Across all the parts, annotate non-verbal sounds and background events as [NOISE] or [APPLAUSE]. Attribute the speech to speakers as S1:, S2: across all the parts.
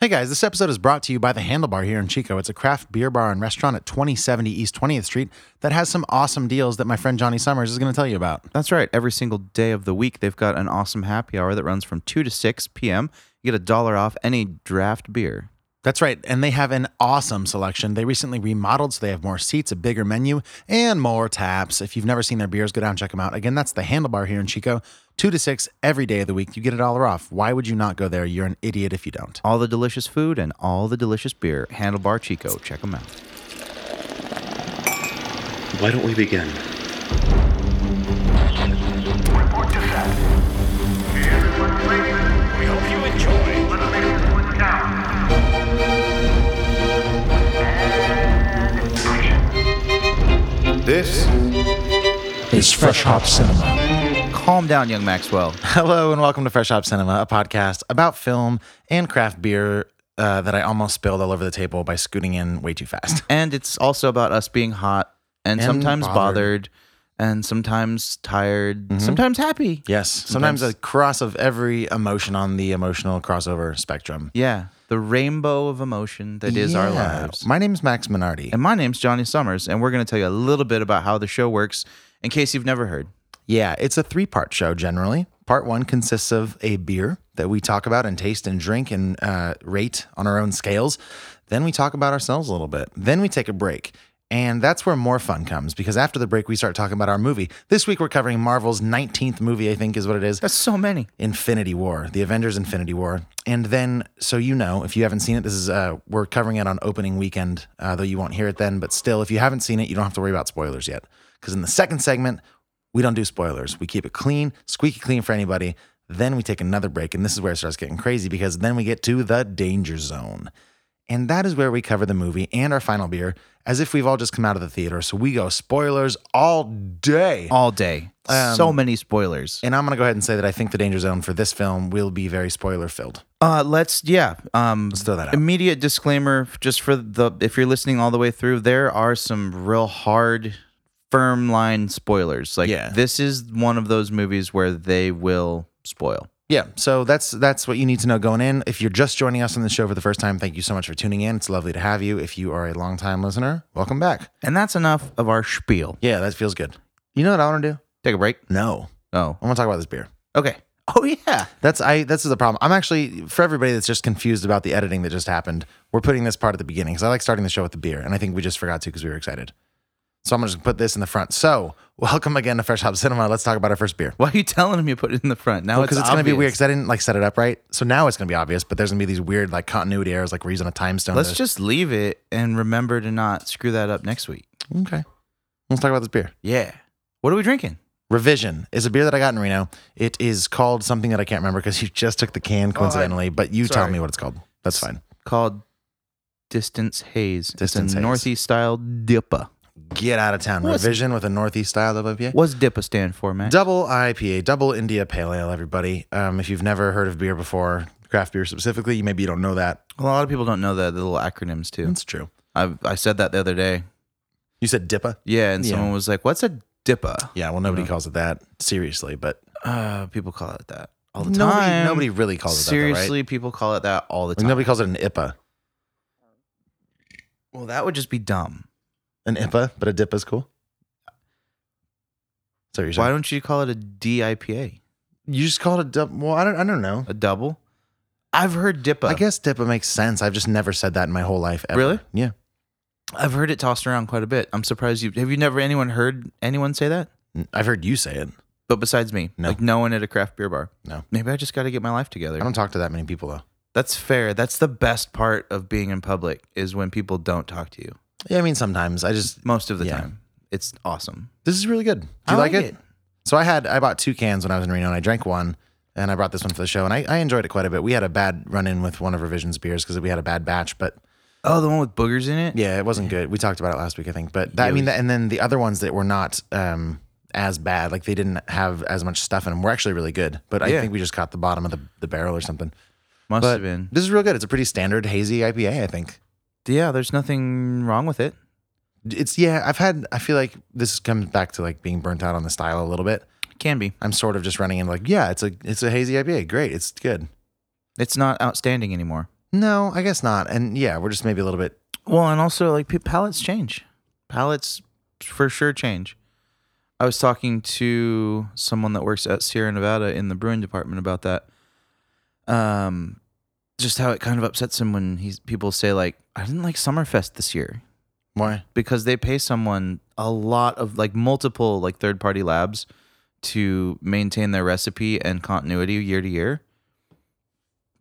S1: Hey guys, this episode is brought to you by The Handlebar here in Chico. It's a craft beer bar and restaurant at 2070 East 20th Street that has some awesome deals that my friend Johnny Summers is going to tell you about.
S2: That's right. Every single day of the week, they've got an awesome happy hour that runs from 2 to 6 p.m. You get a dollar off any draft beer.
S1: That's right, and they have an awesome selection. They recently remodeled, so they have more seats, a bigger menu, and more taps. If you've never seen their beers, go down and check them out. Again, that's the handlebar here in Chico, two to six every day of the week. You get a dollar off. Why would you not go there? You're an idiot if you don't.
S2: All the delicious food and all the delicious beer. Handlebar Chico. Check them out.
S3: Why don't we begin?
S4: Report to set. Everyone, please. We hope you enjoy. Let's make this one count. And action.
S5: This
S6: is Fresh Hop Cinema.
S2: Calm down, young Maxwell.
S1: [LAUGHS] Hello, and welcome to Fresh Hop Cinema, a podcast about film and craft beer uh, that I almost spilled all over the table by scooting in way too fast. [LAUGHS]
S2: And it's also about us being hot and,
S1: And
S2: sometimes
S1: bothered. Mm-hmm.
S2: bothered. and sometimes tired, sometimes happy.
S1: Yes, sometimes, a cross of every emotion on the emotional crossover spectrum.
S2: Yeah. The rainbow of emotion that is our
S1: Yeah.
S2: lives.
S1: My name's Max Minardi.
S2: And my name's Johnny Summers, and we're going to tell you a little bit about how the show works in case you've never heard.
S1: Yeah, it's a three part show generally. Part one consists of a beer that we talk about and taste and drink and uh, rate on our own scales. Then we talk about ourselves a little bit. Then we take a break. And that's where more fun comes because after the break, we start talking about our movie. This week, we're covering Marvel's 19th movie, I think is what it is.
S2: That's so many.
S1: Infinity War, the Avengers Infinity War. And then, so you know, if you haven't seen it, this is, uh, we're covering it on opening weekend, uh, though you won't hear it then. But still, if you haven't seen it, you don't have to worry about spoilers yet. Because in the second segment, we don't do spoilers. We keep it clean, squeaky clean for anybody. Then we take another break. And this is where it starts getting crazy because then we get to the danger zone. And that is where we cover the movie and our final beer as if we've all just come out of the theater. So we go spoilers all day.
S2: all day. so many spoilers.
S1: And I'm going to go ahead and say that I think the danger zone for this film will be very spoiler filled.
S2: Uh, let's yeah. Um, let's
S1: throw that out.
S2: Immediate disclaimer, just for the if you're listening all the way through, there are some real hard, firm line spoilers. Like
S1: Yeah.
S2: this is one of those movies where they will spoil.
S1: Yeah, so that's that's what you need to know going in. If you're just joining us on the show for the first time, thank you so much for tuning in. It's lovely to have you. If you are a longtime listener, welcome back.
S2: And that's enough of our spiel.
S1: Yeah, that feels good. You know what I want to do?
S2: Take a break.
S1: No,
S2: Oh,
S1: I want to talk about this beer.
S2: okay. Oh yeah.
S1: That's I. This is the problem. I'm actually for everybody that's just confused about the editing that just happened. We're putting this part at the beginning because I like starting the show with the beer, and I think we just forgot to because we were excited. So I'm gonna just put this in the front. So [LAUGHS] welcome again to Fresh Hop Cinema. Let's talk about our first beer.
S2: [LAUGHS] Why are you telling him you put it in the front? Now
S1: because Oh, it's,
S2: going
S1: gonna
S2: to
S1: be weird because I didn't like set it up right. So now it's gonna be obvious, but there's gonna be these weird like continuity errors, like we're using a time stone.
S2: Let's
S1: to-
S2: just leave it and remember to not screw that up next week.
S1: okay. Let's talk about this beer.
S2: Yeah. What are we drinking?
S1: Revision is a beer that I got in Reno. It is called something that I can't remember because [LAUGHS] you just took the can coincidentally. but you tell
S2: sorry.
S1: me what it's called. That's fine.
S2: Called Distance Haze. It's a
S1: Distance Haze.
S2: Northeast style dipper.
S1: Get out of town.
S2: What's-
S1: Revision with a northeast style of IPA.
S2: What's DIPA stand for, man?
S1: Double IPA, double India Pale Ale. Everybody, um, if you've never heard of beer before, craft beer specifically, maybe you don't know that.
S2: a lot of people don't know the, the little acronyms too.
S1: That's true.
S2: I I said that the other day.
S1: You said DIPA.
S2: Yeah, and
S1: Yeah.
S2: someone was like, "What's a DIPA?"
S1: Yeah. Well, nobody
S2: Yeah.
S1: calls it that seriously, but
S2: Uh, people call it that all the
S1: nobody,
S2: time.
S1: nobody really calls it that. though, right?
S2: Seriously, people call it that all the
S1: Like,
S2: time.
S1: nobody calls it an IPA.
S2: well, that would just be dumb.
S1: An IPA, but a dip is cool. So you're
S2: Why
S1: saying?
S2: don't you call it a DIPA?
S1: you just call it a dip? Well, I don't. I don't know.
S2: A double? I've heard DIPA.
S1: I guess DIPA makes sense. I've just never said that in my whole life. Ever.
S2: Really?
S1: Yeah.
S2: I've heard it tossed around quite a bit. I'm surprised you have you never anyone heard anyone say that?
S1: N- I've heard you say it.
S2: But besides me,
S1: No.
S2: like no one at a craft beer bar.
S1: No.
S2: Maybe I just got to get my life together.
S1: I don't talk to that many people though.
S2: That's fair. That's the best part of being in public is when people don't talk to you.
S1: Yeah, I mean sometimes I just.
S2: Most of the
S1: Yeah.
S2: time. It's awesome.
S1: This is really good. Do you
S2: I
S1: like,
S2: like
S1: it?
S2: it.
S1: So I had I bought two cans when I was in Reno and I drank one and I brought this one for the show and I, I enjoyed it quite a bit. We had a bad run in with one of Revision's beers because we had a bad batch, but
S2: Oh, the one with boogers in it?
S1: Yeah, it wasn't good. We talked about it last week, I think. But that,
S2: Yeah,
S1: I mean,
S2: we-
S1: that, and then the other ones that were not um, as bad, like they didn't have as much stuff in them, were actually really good. But I
S2: Yeah.
S1: think we just caught the bottom of the, the barrel or something.
S2: Must
S1: But
S2: have been.
S1: this is real good. It's a pretty standard hazy IPA, I think.
S2: Yeah, there's nothing wrong with it.
S1: It's yeah. I've had. I feel like this comes back to like being burnt out on the style a little bit.
S2: Can be.
S1: I'm sort of just running in like, yeah, it's a it's a hazy IPA. Great, it's good.
S2: It's not outstanding anymore.
S1: No, I guess not. And yeah, we're just maybe a little bit.
S2: Well, and also like pe- palettes change. Palettes for sure change. I was talking to someone that works at Sierra Nevada in the brewing department about that. Um, just how it kind of upsets him when he's, people say like, "I didn't like Summerfest this year
S1: Why?
S2: because they pay someone a lot of like multiple like third party labs to maintain their recipe and continuity year to year.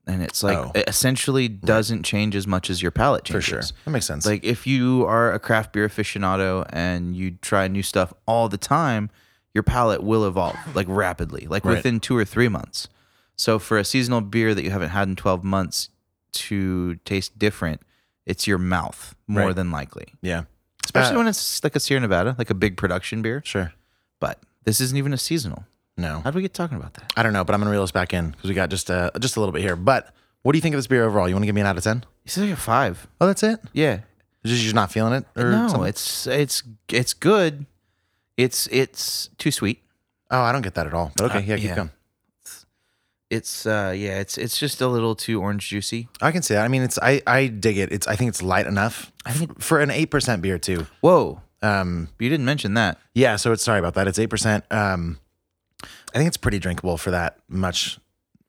S2: And it's like
S1: Oh.
S2: it essentially doesn't change as much as your palate
S1: For
S2: changes.
S1: sure. That makes sense.
S2: Like if you are a craft beer aficionado and you try new stuff all the time, your palate will evolve like rapidly, like
S1: Right.
S2: within two or three months. So for a seasonal beer that you haven't had in 12 months to taste different, it's your mouth more
S1: Right.
S2: than likely
S1: yeah.
S2: especially
S1: Uh,
S2: when it's like a Sierra Nevada, like a big production beer.
S1: Sure.
S2: But this isn't even a seasonal.
S1: No.
S2: How do we get talking about that?
S1: I don't know, but I'm gonna reel us back in because we got just uh, just a little bit here. But what do you think of this beer overall? You want to give me an out of ten?
S2: It's like a five.
S1: Oh, that's it.
S2: Yeah.
S1: Just you're not feeling it, or
S2: no,
S1: something?
S2: it's it's it's good. It's it's too sweet.
S1: Oh, I don't get that at all. But okay,
S2: Uh,
S1: yeah, keep
S2: yeah.
S1: going.
S2: It's uh yeah, it's it's just a little too orange juicy.
S1: I can see that. I mean, it's I I dig it. It's I think it's light enough. I think for an eight percent beer too.
S2: Whoa.
S1: Um,
S2: You didn't mention that.
S1: yeah. So it's sorry about that. It's eight percent. Um, I think it's pretty drinkable for that much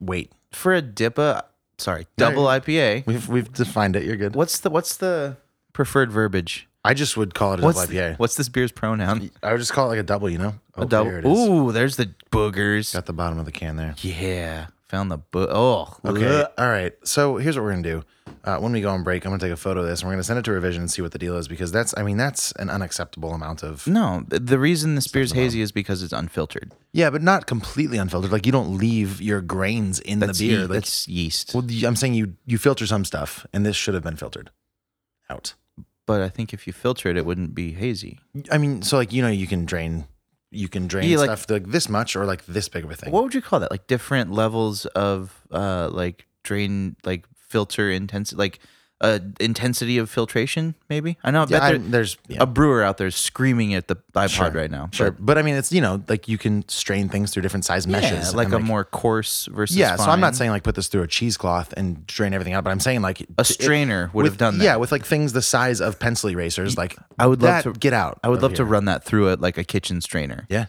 S1: weight.
S2: For a DIPA, sorry,
S1: No,
S2: double IPA.
S1: We've we've defined it. You're good.
S2: What's the what's the preferred verbiage?
S1: I just would call it a double
S2: What's,
S1: IPA.
S2: what's this beer's pronoun?
S1: I would just call it like a double. You know, oh,
S2: a double.
S1: There it is.
S2: Ooh, there's the boogers.
S1: Got the bottom of the can there.
S2: Yeah. Found the bo- oh.
S1: Okay.
S2: ugh.
S1: All right. So here's what we're gonna do. Uh, when we go on break, I'm gonna take a photo of this and we're gonna send it to revision and see what the deal is because that's I mean that's an unacceptable amount of
S2: No, th- the reason this beer's hazy is because it's unfiltered.
S1: yeah, but not completely unfiltered. Like you don't leave your grains in
S2: That's
S1: the beer.
S2: ye-
S1: like,
S2: that's yeast.
S1: well, you- I'm saying you you filter some stuff and this should have been filtered out.
S2: but I think if you filter it, it wouldn't be hazy.
S1: I mean, so like you know you can drain you can drain
S2: Yeah, like-
S1: stuff like, this much or like this big of a thing.
S2: What would you call that? Like different levels of uh, like drain, like filter intensity, like uh, intensity of filtration. Maybe I know. I
S1: yeah,
S2: bet
S1: I-
S2: there-
S1: there's yeah.
S2: a brewer out there screaming at the iPod
S1: Sure,
S2: right now.
S1: Sure,
S2: but
S1: but, I mean, it's you know, like you can strain things through different size meshes,
S2: yeah, like a
S1: and,
S2: more coarse versus
S1: Yeah, so I'm not
S2: fine.
S1: saying like put this through a cheesecloth and drain everything out, but I'm saying like
S2: a strainer would have done that.
S1: Yeah, with like things the size of pencil erasers, like
S2: I would love
S1: that,
S2: to-
S1: get out.
S2: I would
S1: of
S2: love to
S1: here.
S2: run that through it like a kitchen strainer.
S1: Yeah,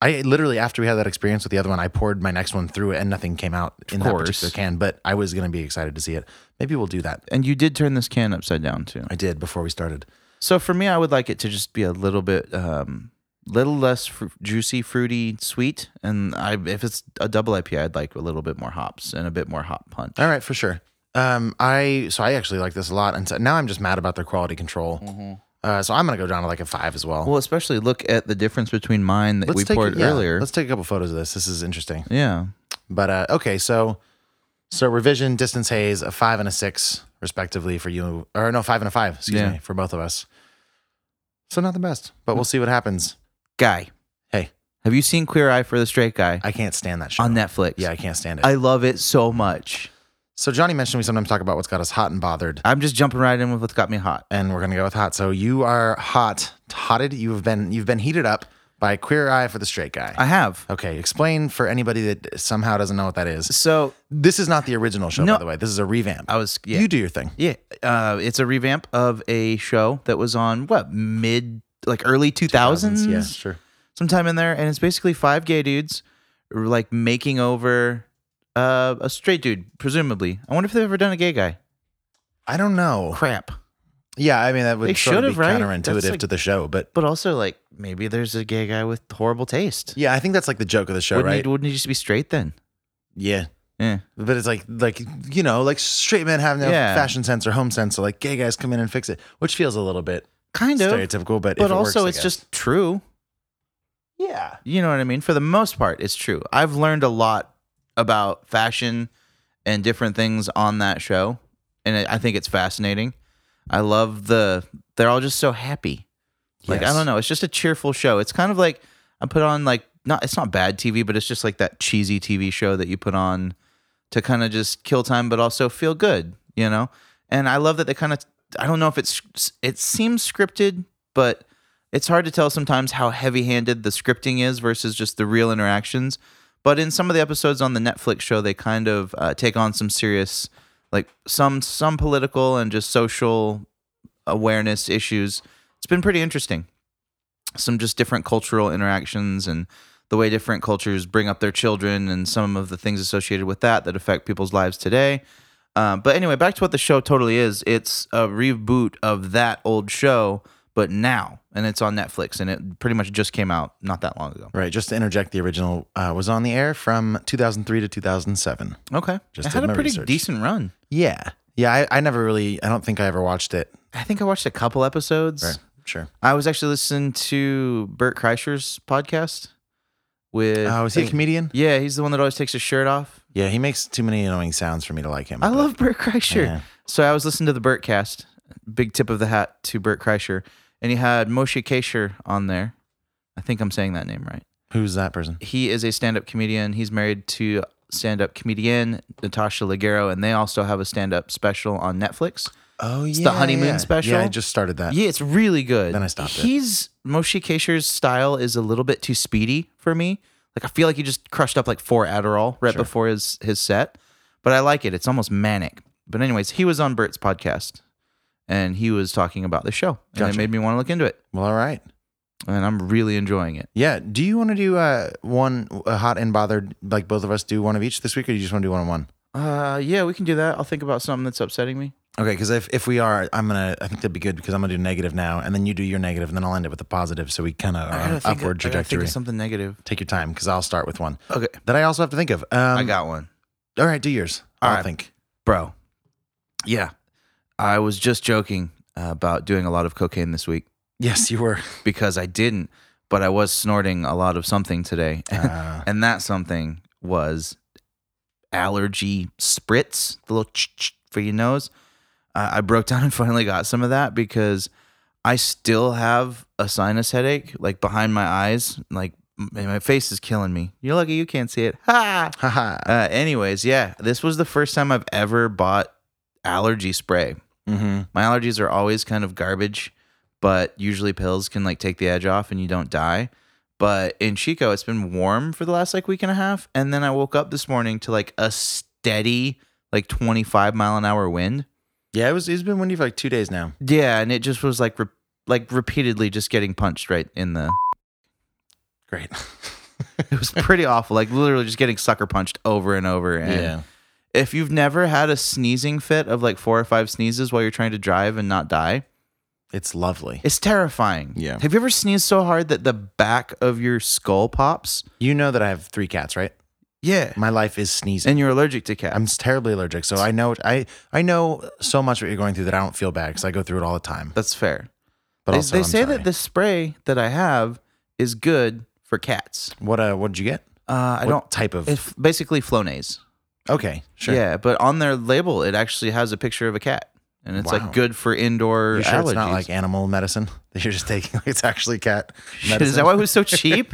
S1: I literally after we had that experience with the other one, I poured my next one through it and nothing came out in that
S2: course.
S1: particular can. But I was gonna be excited to see it. Maybe we'll do that.
S2: And you did turn this can upside down too.
S1: I did before we started.
S2: So for me, I would like it to just be a little bit, um, little less fr- juicy, fruity, sweet, and I if it's a double IPA, I'd like a little bit more hops and a bit more hop punch.
S1: All right, for sure. Um, I so I actually like this a lot, and so now I'm just mad about their quality control. Uh, so I'm gonna go down to like a five as well.
S2: Mm-hmm. Well, especially look at the difference between mine that we
S1: take,
S2: poured
S1: yeah,
S2: earlier.
S1: Let's take a couple photos of this. This is interesting.
S2: yeah,
S1: But uh, okay, so so revision, distance haze, a five and a six respectively for you, or no, five and a five. Excuse
S2: Yeah.
S1: me, for both of us. So not the best, but we'll see what happens.
S2: guy.
S1: Hey.
S2: have you seen Queer Eye for the Straight Guy
S1: I can't stand that show.
S2: on Netflix?
S1: yeah, I can't stand it.
S2: I love it so much.
S1: so Johnny mentioned we sometimes talk about what's got us hot and bothered,
S2: I'm just jumping right in with what's got me hot.
S1: and we're gonna go with hot. So you are hot, hotted. You've been you've been heated up by Queer Eye for the Straight Guy.
S2: I have.
S1: okay, explain for anybody that somehow doesn't know what that is.
S2: So
S1: This is not the original show,
S2: No.
S1: by the way. This is a revamp.
S2: I was. Yeah.
S1: You do your thing.
S2: Yeah, uh, it's a revamp of a show that was on what mid like early two thousands,
S1: Yeah, sure.
S2: sometime in there, and it's basically five gay dudes like making over uh, a straight dude, presumably. I wonder if they've ever done a gay guy.
S1: I don't know.
S2: Crap.
S1: Yeah, I mean that would
S2: They
S1: sort of
S2: should've,
S1: be
S2: right?
S1: counterintuitive
S2: That's like-
S1: to the show, but
S2: But also, like maybe there's a gay guy with horrible taste.
S1: yeah, I think that's like the joke of the show,
S2: wouldn't,
S1: right?
S2: he, wouldn't he just be straight then?
S1: yeah,
S2: Yeah.
S1: but it's like like you know, like straight men have no
S2: Yeah.
S1: fashion sense or home sense, so like gay guys come in and fix it, which feels a little bit
S2: Kind of.
S1: stereotypical, but if
S2: but
S1: it
S2: also,
S1: works, I
S2: it's
S1: guess.
S2: just true.
S1: yeah,
S2: You know what I mean? For the most part, it's true. I've learned a lot about fashion and different things on that show, and I I think it's fascinating. I love the they're all just so happy. Like
S1: Yes.
S2: I don't know, it's just a cheerful show. It's kind of like I put on like not it's not bad TV, but it's just like that cheesy TV show that you put on to kind of just kill time but also feel good, you know? And I love that they kind of I don't know if it's it seems scripted, but it's hard to tell sometimes how heavy-handed the scripting is versus just the real interactions. But in some of the episodes on the Netflix show, they kind of uh, take on some serious like some some political and just social awareness issues. It's been pretty interesting. Some just different cultural interactions and the way different cultures bring up their children and some of the things associated with that that affect people's lives today. Uh, but anyway, back to what the show totally is. It's a reboot of that old show, but now, and it's on Netflix, and it pretty much just came out not that long ago.
S1: Right. Just to interject, the original uh, was on the air from 2003 to 2007.
S2: Okay,
S1: Just
S2: it had
S1: did
S2: a
S1: my
S2: pretty
S1: research.
S2: decent run.
S1: Yeah. Yeah. I, I never really, I don't think I ever watched it.
S2: I think I watched a couple episodes.
S1: Right. Sure.
S2: I was actually listening to Bert Kreischer's podcast with.
S1: Oh, is he a comedian?
S2: Yeah, he's the one that always takes his shirt off.
S1: Yeah. He makes too many annoying sounds for me to like him.
S2: I
S1: but-
S2: love Bert Kreischer.
S1: Yeah.
S2: So I was listening to the Bert cast. Big tip of the hat to Bert Kreischer. And he had Moshe Kasher on there. I think I'm saying that name right.
S1: Who's that person?
S2: He is a stand up comedian. He's married to stand up comedian Natasha Leggero, and they also have a stand up special on Netflix.
S1: Oh, yeah.
S2: the honeymoon
S1: yeah.
S2: special?
S1: Yeah. I just started that.
S2: Yeah, it's really good.
S1: Then I stopped it.
S2: He's Moshe Kasher's style is a little bit too speedy for me. Like I feel like he just crushed up like four Adderall right before his his set, but I like it. It's almost manic. But anyways, he was on Bert's podcast, and he was talking about the show, and it
S1: Gotcha.
S2: made me want to look into it,
S1: Well, all right.
S2: and I'm really enjoying it.
S1: Yeah. Do you want to do uh, one uh, hot and bothered, like both of us do one of each this week, or you just want to do one on one?
S2: Uh, yeah, we can do that. I'll think about something that's upsetting me.
S1: Okay, because if, if we are, I'm gonna. I think that'd be good because I'm gonna do negative now, and then you do your negative, and then I'll end it with a positive. So we kind of are
S2: I
S1: on
S2: gotta
S1: an
S2: think
S1: upward
S2: I gotta think
S1: trajectory.
S2: of something negative.
S1: Take your time because I'll start with one
S2: Okay,
S1: that I also have to think of. Um,
S2: I got one.
S1: All right, do yours.
S2: All
S1: I'll
S2: right.
S1: think.
S2: bro. Yeah, I was just joking uh, about doing a lot of cocaine this week
S1: Yes, you were.
S2: because I didn't, but I was snorting a lot of something today,
S1: [LAUGHS] Uh,
S2: [LAUGHS] and that something was allergy spritz, the little ch- ch- for your nose. Uh, I broke [LAUGHS] down and finally got some of that because I still have a sinus headache, like behind my eyes, like m- my face is killing me. You're lucky you can't see it. [LAUGHS] Ha!
S1: haha.
S2: Uh, anyways, yeah, this was the first time I've ever bought allergy spray.
S1: Mm-hmm.
S2: My allergies are always kind of garbage, but usually pills can like take the edge off and you don't die. But in Chico, it's been warm for the last like week and a half, and then I woke up this morning to like a steady like 25 mile an hour wind.
S1: Yeah, it was. It's been windy for like two days now.
S2: Yeah, and it just was like re- like repeatedly just getting punched right in the. [LAUGHS]
S1: Great.
S2: It was pretty awful. Like literally just getting sucker punched over and over. And if you've never had a sneezing fit of like four or five sneezes while you're trying to drive and not die,
S1: [LAUGHS] it's lovely.
S2: it's terrifying.
S1: Yeah.
S2: Have you ever sneezed so hard that the back of your skull pops?
S1: You know that I have three cats, right?
S2: Yeah.
S1: My life is sneezing.
S2: And you're allergic to cats.
S1: I'm terribly allergic, so I know I I know so much what you're going through that I don't feel bad because I go through it all the time.
S2: That's fair.
S1: But
S2: they
S1: also,
S2: they
S1: I'm
S2: say
S1: sorry.
S2: that the spray that I have is good for cats.
S1: What uh? What did you get?
S2: Uh, I
S1: What
S2: don't.
S1: type of.
S2: It's basically Flonase.
S1: okay, sure.
S2: Yeah, but on their label, it actually has a picture of a cat, and it's
S1: Wow.
S2: like good for indoor
S1: You sure
S2: allergies.
S1: it's not like animal medicine [LAUGHS] that you're just taking? Like it's actually cat
S2: Shit,
S1: medicine.
S2: [LAUGHS] is that why it was
S1: [LAUGHS]
S2: so cheap?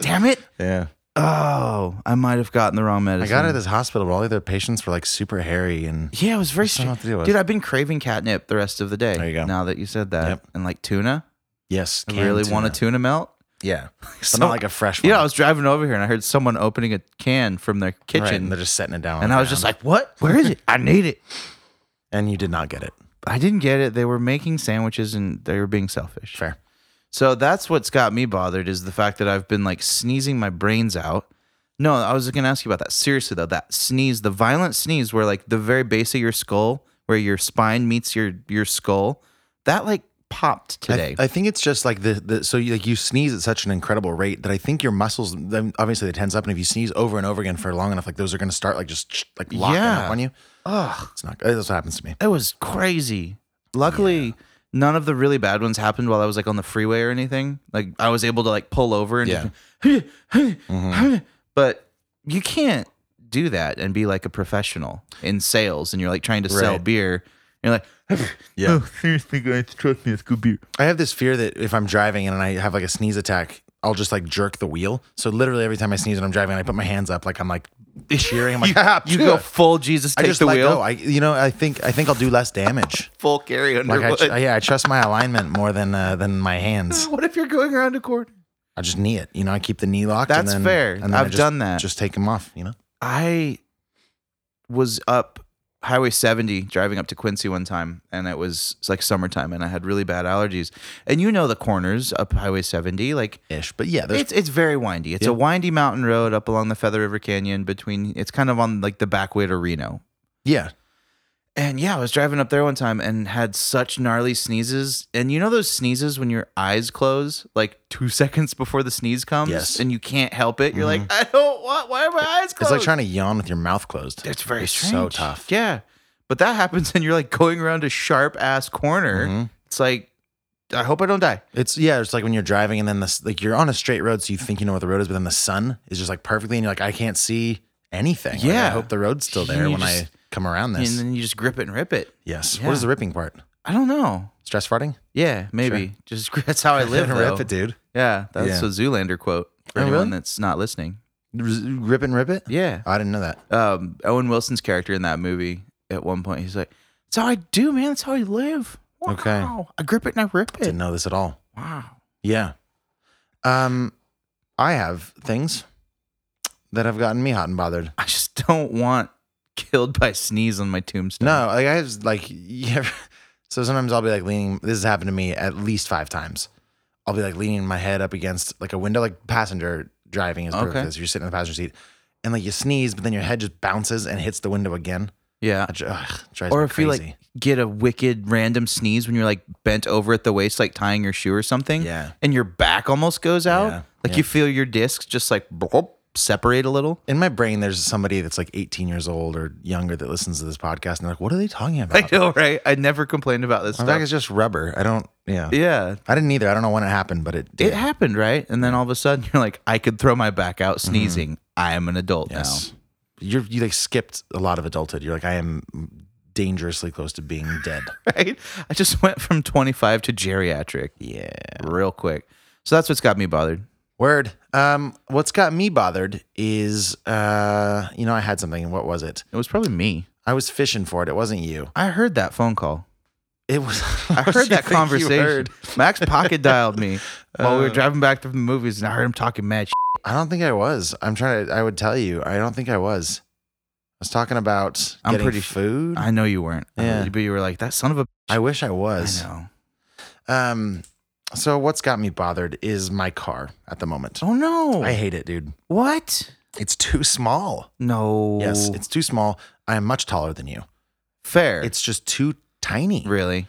S2: Damn it!
S1: yeah.
S2: Oh, I might have gotten the wrong
S1: I
S2: medicine.
S1: got out of this hospital, but all the other patients were like super hairy and
S2: Yeah, it was very
S1: Just don't know
S2: strange.
S1: what to do with
S2: Dude,
S1: it.
S2: I've been craving catnip the rest of the day.
S1: There you go.
S2: Now that you said that.
S1: Yep.
S2: And like tuna.
S1: yes,
S2: I
S1: canned
S2: really
S1: tuna.
S2: want a tuna melt. [LAUGHS]
S1: Yeah, but
S2: So-
S1: not like a fresh one.
S2: Yeah, I was driving over here and I heard someone opening a can from their kitchen.
S1: Right, and they're just setting it down. on
S2: and
S1: the
S2: I was just
S1: ground.
S2: like, what? Where is it? I need it.
S1: and you did not get it.
S2: I didn't get it. They were making sandwiches and they were being selfish.
S1: Fair.
S2: So that's what's got me bothered is the fact that I've been like sneezing my brains out. No, I was going to ask you about that. Seriously though, that sneeze, the violent sneeze where like the very base of your skull, where your spine meets your your skull, that like popped
S1: I-
S2: today.
S1: I, think it's just like the, the so you, like you sneeze at such an incredible rate that I think your muscles then obviously they tense up and if you sneeze over and over again for long enough like those are going to start like just like locking
S2: Yeah.
S1: up on you.
S2: Ugh,
S1: It's not that's what happens to me.
S2: it was crazy. Luckily, none of the really bad ones happened while I was like on the freeway or anything. Like I was able to like pull over and [LAUGHS]
S1: Yeah. Mm-hmm.
S2: just, but you can't do that and be like a professional in sales and you're like trying to sell
S1: Right.
S2: beer. You're
S1: [LAUGHS]
S2: like,
S1: Yeah.
S2: seriously, guys, trust me, it's good beer.
S1: I have this fear that if I'm driving and I have like a sneeze attack, I'll just like jerk the wheel. So literally every time I sneeze and I'm driving, I put my hands up like I'm like cheering.
S2: [LAUGHS]
S1: I'm like, "Ah, [LAUGHS]
S2: You
S1: phew."
S2: go full Jesus,
S1: I
S2: take
S1: just
S2: the
S1: let
S2: wheel,
S1: go. I you know I think I think I'll do less damage.
S2: full carry
S1: like I,
S2: underwood.
S1: tr- yeah, I trust my alignment more than uh, than my hands.
S2: uh, [LAUGHS] what if you're going around a corner?
S1: I just knee it. You know, I keep the knee locked.
S2: That's
S1: and then,
S2: fair.
S1: And then I
S2: I've
S1: just-
S2: done that.
S1: Just take them off. You know.
S2: I was up Highway 70 driving up to Quincy one time, and it was, it's like summertime, and I had really bad allergies. And you know the corners up Highway 70, like
S1: ish. But yeah, there's
S2: it's it's very windy. It's a windy mountain road up along the Feather River Canyon between. It's kind of on like the back way to Reno.
S1: yeah.
S2: And yeah, I was driving up there one time and had such gnarly sneezes. And you know those sneezes when your eyes close, like two [LAUGHS] seconds before the sneeze comes,
S1: Yes. Mm-hmm.
S2: and you can't help it. You're like, I don't want. Why are my eyes
S1: It's
S2: closed?
S1: like trying to yawn with your mouth closed.
S2: It's very strange.
S1: so tough.
S2: Yeah, but that happens, [LAUGHS] and you're like going around a sharp ass corner.
S1: Mm-hmm.
S2: It's like, I hope I don't die.
S1: It's yeah, it's like when you're driving and then this like you're on a straight road, so you think you know where the road is, but then the sun is just like perfectly, and you're like, I can't see anything. Like, I
S2: Yeah.
S1: hope the road's still there
S2: You
S1: when I
S2: just-
S1: come around
S2: And
S1: this.
S2: then you just grip it and rip it.
S1: yes.
S2: yeah.
S1: What is the ripping part?
S2: I don't know.
S1: Stress farting?
S2: Yeah, maybe. Just [LAUGHS]
S1: [LAUGHS]
S2: that's how I live.
S1: Rip
S2: though.
S1: it, dude.
S2: Yeah, that's
S1: Yeah.
S2: a Zoolander quote for
S1: Oh,
S2: anyone
S1: really?
S2: that's not listening.
S1: R- Rip and rip it?
S2: Yeah.
S1: I didn't know that.
S2: Um, Owen Wilson's character in that movie at one point, he's like, "That's how I do, man. That's how I live." Wow.
S1: Okay.
S2: I grip it and I rip it.
S1: Didn't know this at all.
S2: Wow.
S1: Yeah. Um, I have things that have gotten me hot and bothered.
S2: I just [LAUGHS] don't want killed by sneeze on my tombstone.
S1: No, like I was like, [LAUGHS] yeah. So sometimes I'll be like leaning. This has happened to me at least five times. I'll be like leaning my head up against like a window, like passenger driving is perfect. for
S2: Okay.
S1: this. You're sitting in the passenger seat, and like you sneeze, but then your head just bounces and hits the window again.
S2: Yeah.
S1: I ju- ugh, drives
S2: Or
S1: me
S2: if
S1: crazy.
S2: you like get a wicked random sneeze when you're like bent over at the waist, like tying your shoe or something,
S1: Yeah.
S2: and your back almost goes out,
S1: Yeah,
S2: like
S1: yeah.
S2: you feel your discs just like blop, separate a little.
S1: in my brain, there's somebody that's like 18 years old or younger that listens to this podcast, and they're like, "What are they talking about?"
S2: [LAUGHS] I know, right? I never complained about this
S1: My
S2: stuff.
S1: back is just rubber. I don't. Yeah.
S2: yeah,
S1: I didn't either. I don't know when it happened, but it did.
S2: it happened, right? And then all of a sudden, you're like, I could throw my back out sneezing. I am an adult
S1: Mm-hmm. Yes. You're, you like skipped a lot of adulthood. You're like, I am dangerously close to being dead.
S2: now, [LAUGHS] right? I just went from 25 to geriatric, [LAUGHS] yeah, real quick. So that's what's got me bothered.
S1: Word. Um, what's got me bothered is, uh, you know, I had something. What was it?
S2: It was probably me.
S1: I was fishing for it. It wasn't you.
S2: I heard that phone call.
S1: It was.
S2: [LAUGHS]
S1: [LAUGHS]
S2: I
S1: What
S2: heard
S1: do you
S2: that
S1: think you
S2: conversation.
S1: heard? Uh,
S2: Max pocket dialed
S1: [LAUGHS]
S2: me while we were driving back from the movies, and I heard him talking mad. Shit.
S1: I don't think I was. I'm trying to. I would tell you. I don't think I was. I was talking about
S2: I'm
S1: getting
S2: pretty sh-
S1: food.
S2: I know you weren't,
S1: Yeah.
S2: but you were like that son of a.
S1: I wish I
S2: I
S1: was.
S2: know.
S1: Um, so what's got me bothered is my car at the moment.
S2: Oh no!
S1: I hate it, dude.
S2: what?
S1: It's too small.
S2: No.
S1: Yes, it's too small. I am much taller than you.
S2: fair.
S1: It's just too tiny.
S2: really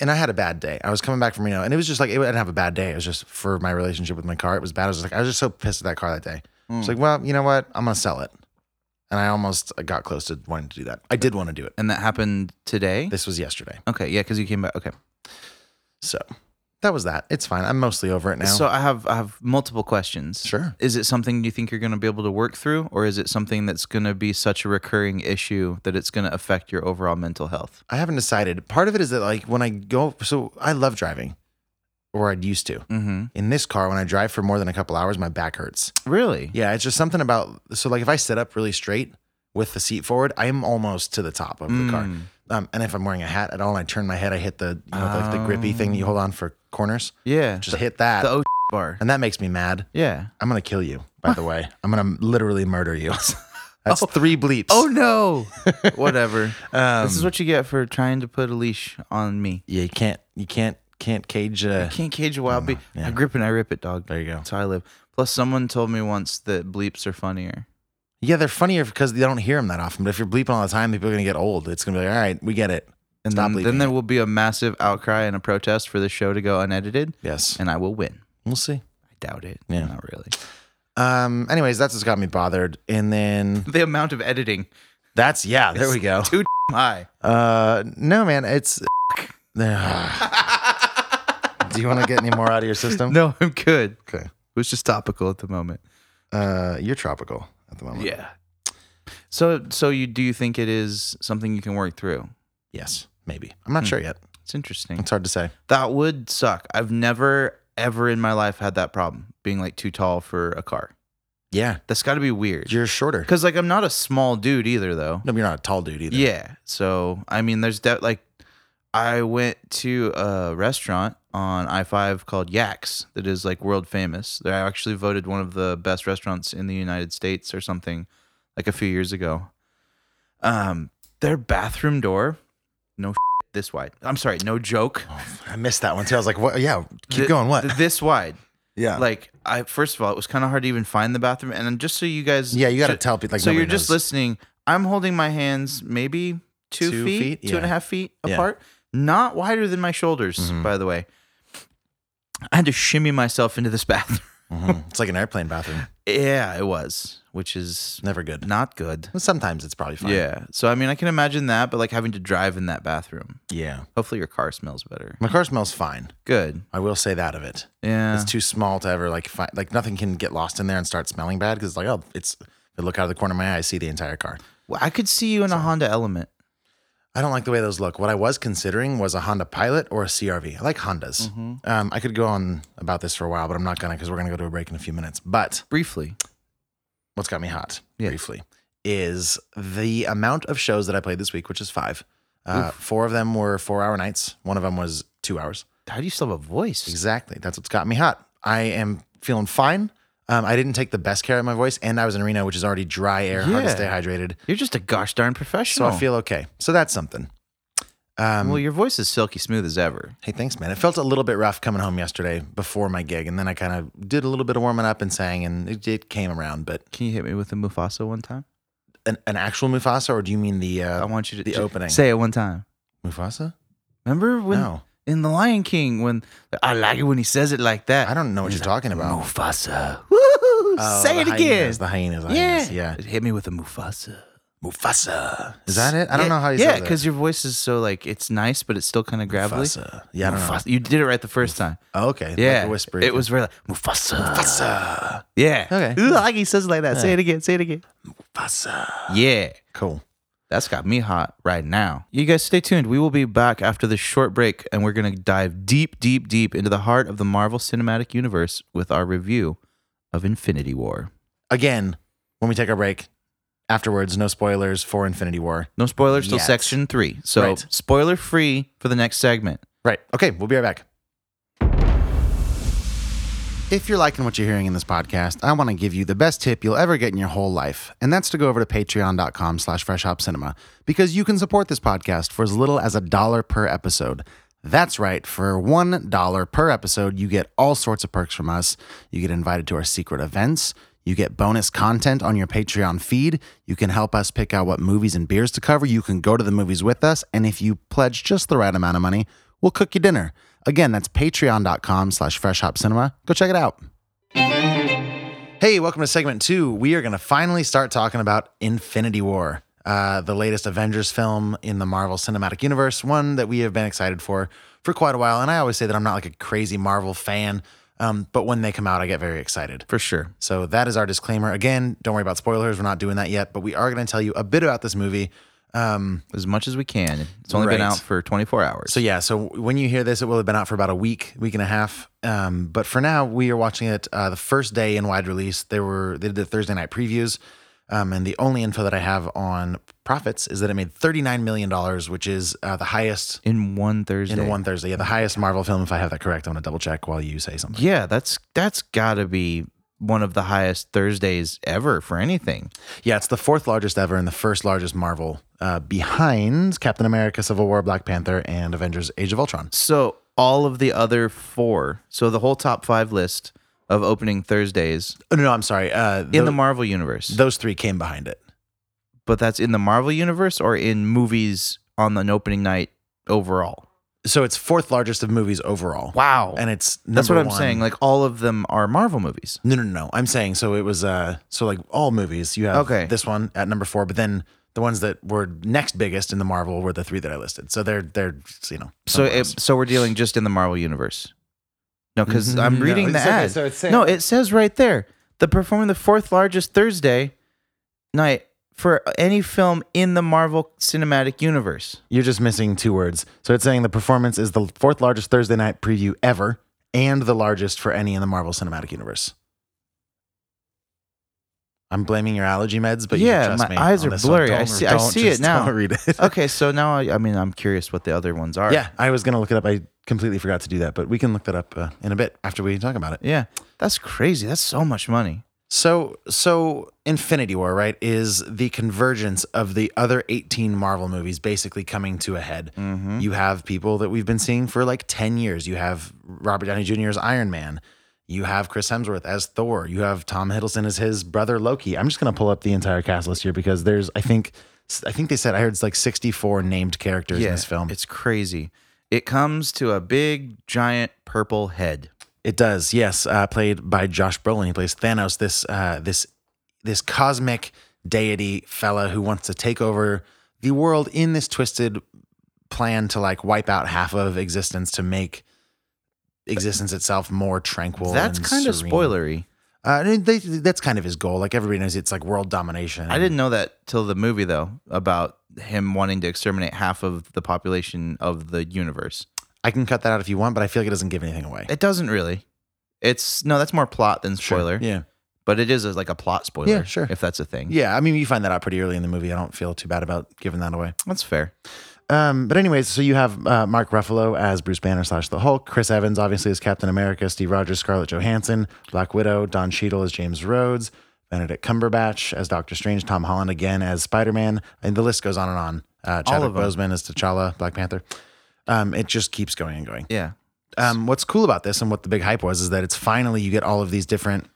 S1: And I had a bad day. I was coming back from Reno, and it was just like it, I didn't have a bad day. It was just for my relationship with my car. It was bad. I was just like I was just so pissed at that car that day. I
S2: Mm.
S1: was like, well, you know what? I'm gonna sell it. And I almost got close to wanting to do that. I did want to do it.
S2: and that happened today.
S1: This was yesterday,
S2: Okay, yeah, because you came back. Okay,
S1: so that was that. It's fine. I'm mostly over it now.
S2: so I have I have multiple questions.
S1: Sure.
S2: Is it something you think you're going to be able to work through, or is it something that's going to be such a recurring issue that it's going to affect your overall mental health?
S1: I haven't decided. Part of it is that like when I go, so I love driving, or I used to.
S2: Mm-hmm.
S1: In this car, when I drive for more than a couple hours, my back hurts.
S2: Really?
S1: Yeah, it's just something about so like if I sit up really straight with the seat forward, I am almost to the top of the car.
S2: Mm.
S1: Um, and if I'm wearing a hat at all and I turn my head, I hit the you know like the grippy thing that you hold on for corners.
S2: Yeah.
S1: Just hit that,
S2: the oh bar.
S1: and that makes me mad.
S2: Yeah.
S1: I'm gonna kill you. By the way, I'm gonna literally murder you. [LAUGHS] That's three bleeps.
S2: Oh no. [LAUGHS] Whatever.
S1: Um,
S2: this is what you get for trying to put a leash on me.
S1: yeah, you can't you can't can't cage. Uh,
S2: Can't cage a wild bee.
S1: yeah.
S2: I grip and I rip it, dog.
S1: There you go.
S2: That's how I live. Plus, someone told me once that bleeps are funnier.
S1: Yeah, they're funnier because you don't hear them that often. But if you're bleeping all the time, people are gonna get old. It's gonna be like, all right, we get it.
S2: And
S1: Stop
S2: then,
S1: bleeping
S2: then
S1: it.
S2: there will be a massive outcry and a protest for the show to go unedited,
S1: Yes,
S2: and I will win.
S1: we'll see.
S2: I doubt it.
S1: Yeah.
S2: Not really.
S1: Um. Anyways, that's what's got me bothered. And then
S2: The amount of editing.
S1: that's yeah. There we go.
S2: Too high.
S1: Uh. No, man. It's. [SIGHS] Do you want to get any more out of your system?
S2: No, I'm good. It
S1: Okay.
S2: was just topical at the moment.
S1: Uh. You're tropical at the moment.
S2: Yeah. So so you do you think it is something you can work through?
S1: Yes. Maybe. I'm
S2: Hmm.
S1: not sure yet.
S2: It's interesting.
S1: It's hard to say.
S2: That would suck. I've never ever in my life had that problem being like too tall for a car.
S1: Yeah.
S2: That's got to be weird.
S1: You're shorter.
S2: Cuz like I'm not a small dude either though.
S1: No, you're not a tall dude either.
S2: Yeah. So I mean, there's de- like, I went to a restaurant on I five called Yaks that is like world famous. They're actually voted one of the best restaurants in the United States or something, like a few years ago. Um, their bathroom door, no [LAUGHS] this wide. I'm sorry, no joke.
S1: I missed that one too. I was like, what? Yeah, keep
S2: Th-
S1: going. What?
S2: th- This wide.
S1: yeah.
S2: Like I first of all, it was kind of hard to even find the bathroom. And then just so you guys,
S1: yeah, you got to
S2: ju-
S1: tell people. Like,
S2: so you're
S1: nobody
S2: just
S1: knows.
S2: listening. I'm holding my hands maybe two,
S1: Two
S2: feet,
S1: feet?
S2: two and a
S1: Yeah.
S2: half feet
S1: Yeah.
S2: apart, not wider than my shoulders. By the way, I had to shimmy myself into this [LAUGHS] bathroom.
S1: Mhm. It's like an airplane bathroom.
S2: yeah, it was, which is
S1: Never good.
S2: not good.
S1: Well, Sometimes it's probably fine.
S2: Yeah. So I mean, I can imagine that, but like having to drive in that bathroom.
S1: Yeah.
S2: Hopefully, your car smells better.
S1: My car smells fine.
S2: Good.
S1: I will say that of it.
S2: Yeah.
S1: It's too small to ever like find, like nothing can get lost in there and start smelling bad because it's like oh it's I look out of the corner of my eye I see the entire car.
S2: Well, I could see you in a Honda Element.
S1: I don't like the way those look. What I was considering was a Honda Pilot or a CRV. I like Hondas. Um, I could go on about this for a while, but I'm not gonna because we're gonna go to a break in a few minutes. But
S2: Briefly.
S1: what's got me hot
S2: Yeah.
S1: briefly is the amount of shows that I played this week, which is five. Uh, four of them were four hour nights. One of them was two hours.
S2: How do you still have a voice?
S1: Exactly. That's what's got me hot. I am feeling fine. Um, I didn't take the best care of my voice, and I was in Reno, which is already dry air, hard to
S2: Yeah.
S1: stay hydrated.
S2: You're just a gosh
S1: So
S2: darn professional.
S1: I feel okay. So that's something. Um,
S2: well, your voice is silky smooth as ever.
S1: Hey, thanks, man. It felt a little bit rough coming home yesterday before my gig, and then I kind of did a little bit of warming up and sang, and it, it came around. But
S2: Can you hit me with a Mufasa one time?
S1: an, an actual Mufasa, or do you mean the
S2: I
S1: uh,
S2: want you to
S1: the
S2: ju-
S1: opening.
S2: Say it one time.
S1: Mufasa?
S2: Remember when
S1: No.
S2: in The Lion King when I like it when he says it like that.
S1: I don't know what you're talking about.
S2: Mufasa. Woo!
S1: Oh,
S2: say it
S1: the
S2: again.
S1: Hyenas, the hyenas, the
S2: yeah.
S1: hyenas. Yeah.
S2: Hit me with a Mufasa.
S1: Mufasa. Is that it? I don't
S2: Yeah,
S1: know how you
S2: Yeah,
S1: said
S2: because your voice is so like it's nice, but it's still kind of gravelly.
S1: Mufasa. Yeah, I don't know.
S2: Mufasa. You did it right the first time.
S1: Oh, okay. Like
S2: Yeah,
S1: a whisper.
S2: It was really like, Mufasa.
S1: Mufasa.
S2: Yeah.
S1: Okay.
S2: Ooh, I like he says it like that. Say it again. Say it again.
S1: Mufasa.
S2: Yeah.
S1: Cool.
S2: That's got me hot right now. You guys stay tuned. We will be back after this short break and we're going to dive deep, deep, deep into the heart of the Marvel Cinematic Universe with our review of Infinity War.
S1: Again, when we take our break, afterwards, no spoilers for Infinity War.
S2: No spoilers till
S1: Yes.
S2: section three. So,
S1: Right.
S2: spoiler free for the next segment.
S1: Right. Okay, we'll be right back. If you're liking what you're hearing in this podcast, I want to give you the best tip you'll ever get in your whole life, and that's to go over to patreon.com slash freshhopcinema, because you can support this podcast for as little as a dollar per episode. That's right, for one dollar per episode, you get all sorts of perks from us. You get invited to our secret events, you get bonus content on your Patreon feed, you can help us pick out what movies and beers to cover, you can go to the movies with us, and if you pledge just the right amount of money, we'll cook you dinner. Again, that's patreon.com slash freshhopcinema. Go check it out. Hey, welcome to segment two. We are going to finally start talking about Infinity War, uh, the latest Avengers film in the Marvel Cinematic Universe, one that we have been excited for for quite a while. And I always say that I'm not like a crazy Marvel fan, um, but when they come out, I get very excited.
S2: For sure.
S1: So that is our disclaimer. Again, don't worry about spoilers. We're not doing that yet, but we are going to tell you a bit about this movie.
S2: As much as we can. It's only been
S1: Right.
S2: out for 24 hours.
S1: So yeah, so when you hear this, it will have been out for about a week, week and a half. Um, but for now, we are watching it uh, the first day in wide release. They were they did the Thursday night previews, um, and the only info that I have on profits is that it made thirty nine million dollars, which is uh, the highest
S2: in one Thursday.
S1: in one Thursday. Yeah, the highest Marvel film. If I have that correct, I'm gonna double check while you say something.
S2: Yeah, that's that's got to be one of the highest Thursdays ever for anything.
S1: Yeah, it's the fourth largest ever and the first largest Marvel, uh, behind Captain America: Civil War, Black Panther, and Avengers: Age of Ultron.
S2: So all of the other four, so the whole top five list of opening Thursdays
S1: Oh, no, no, I'm sorry. Uh,
S2: in the
S1: tho-
S2: Marvel universe,
S1: those three came behind it.
S2: but that's in the Marvel universe or in movies on an opening night overall.
S1: So it's fourth largest of movies overall.
S2: Wow,
S1: and it's number
S2: that's what I'm
S1: one-
S2: saying. Like all of them are Marvel movies.
S1: no, no, no, no. I'm saying so it was uh so like all movies you have
S2: Okay.
S1: this one at number four, but then the ones that were next biggest in the Marvel were the three that I listed. So they're they're you know
S2: So
S1: somewhere
S2: it,
S1: else.
S2: so we're dealing just in the Marvel universe. No, because I'm
S1: Mm-hmm. No,
S2: reading the
S1: it's okay,
S2: ad.
S1: so it's saying-
S2: no, it says right there the performing the fourth largest Thursday night for any film in the Marvel Cinematic Universe.
S1: you're just missing two words. So it's saying the performance is the fourth largest Thursday night preview ever and the largest for any in the Marvel Cinematic Universe. I'm blaming your allergy meds, but
S2: Yeah,
S1: you can trust me
S2: my eyes
S1: on
S2: are
S1: this one.
S2: blurry. I
S1: Don't-
S2: see- I
S1: don't-
S2: see it
S1: just
S2: now.
S1: [LAUGHS] Don't read it.
S2: Okay, so now I, I mean I'm curious what the other ones are.
S1: Yeah, I was gonna look it up. I completely forgot to do that, but we can look that up uh, in a bit after we talk about it.
S2: yeah, that's crazy. That's so much money.
S1: So, so Infinity War, right, is the convergence of the other 18 Marvel movies basically coming to a head. You have people that we've been seeing for like 10 years. You have Robert Downey Jr. as Iron Man. You have Chris Hemsworth as Thor. You have Tom Hiddleston as his brother Loki. I'm just going to pull up the entire cast list here because there's, I think, I think they said I heard it's like 64 named characters in this film.
S2: It's crazy. It comes to a big, giant purple head.
S1: It does, yes. Uh, played by Josh Brolin, he plays Thanos, this uh, this this cosmic deity fella who wants to take over the world in this twisted plan to like wipe out half of existence to make existence itself more tranquil.
S2: That's
S1: and
S2: kind of
S1: serene.
S2: spoilery.
S1: Uh, and they, that's kind of his goal. Like everybody knows, it's like world domination.
S2: I didn't know that till the movie, though, about him wanting to exterminate half of the population of the universe.
S1: I can cut that out if you want, but I feel like it doesn't give anything away.
S2: It doesn't really. It's no, that's more plot than spoiler.
S1: Yeah.
S2: But it is a, like a plot spoiler.
S1: Yeah, sure.
S2: If that's a thing.
S1: Yeah, I mean, you find that out pretty early in the movie. I don't feel too bad about giving that away.
S2: That's fair.
S1: Um, but anyways, so you have uh, Mark Ruffalo as Bruce Banner slash the Hulk, Chris Evans obviously as Captain America, Steve Rogers, Scarlett Johansson, Black Widow, Don Cheadle as James Rhodes, Benedict Cumberbatch as Doctor Strange, Tom Holland again as Spider Man, and the list goes on and on. Uh, Chadwick
S2: of 'em.
S1: Boseman as T'Challa, Black Panther. Um, it just keeps going and going.
S2: Yeah.
S1: Um, what's cool about this and what the big hype was is that it's finally you get all of these different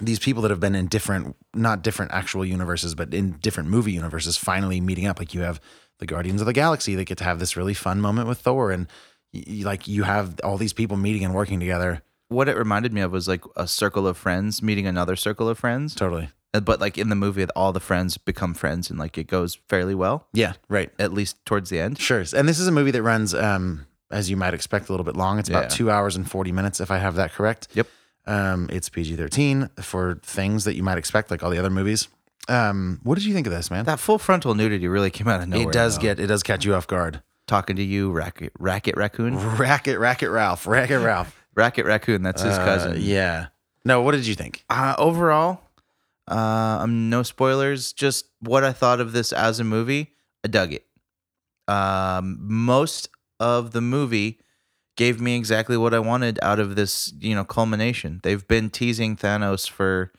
S1: these people that have been in different not different actual universes but in different movie universes finally meeting up like you have the guardians of the galaxy that get to have this really fun moment with thor and y- y- like you have all these people meeting and working together
S2: What it reminded me of was like a circle of friends meeting another circle of friends.
S1: totally
S2: Uh, But like in the movie, all the friends become friends and like it goes fairly well,
S1: yeah right
S2: at least towards the end.
S1: sure and this is a movie that runs um as you might expect a little bit long it's about
S2: Yeah.
S1: two hours and 40 minutes if i have that correct
S2: Yep.
S1: um it's pg-13 for things that you might expect like all the other movies um what did you think of this man
S2: That full frontal nudity really came out of nowhere.
S1: it does
S2: though.
S1: get it does catch you off guard. [LAUGHS]
S2: talking to you, racket, racket raccoon,
S1: Racket, racket, Ralph, racket, [LAUGHS] Ralph.
S2: racket raccoon. That's his cousin.
S1: Uh, yeah. No, what did you think?
S2: uh, overall, uh, um, no spoilers. Just what I thought of this as a movie, I dug it. Um, most of the movie gave me exactly what I wanted out of this, you know, culmination. They've been teasing Thanos for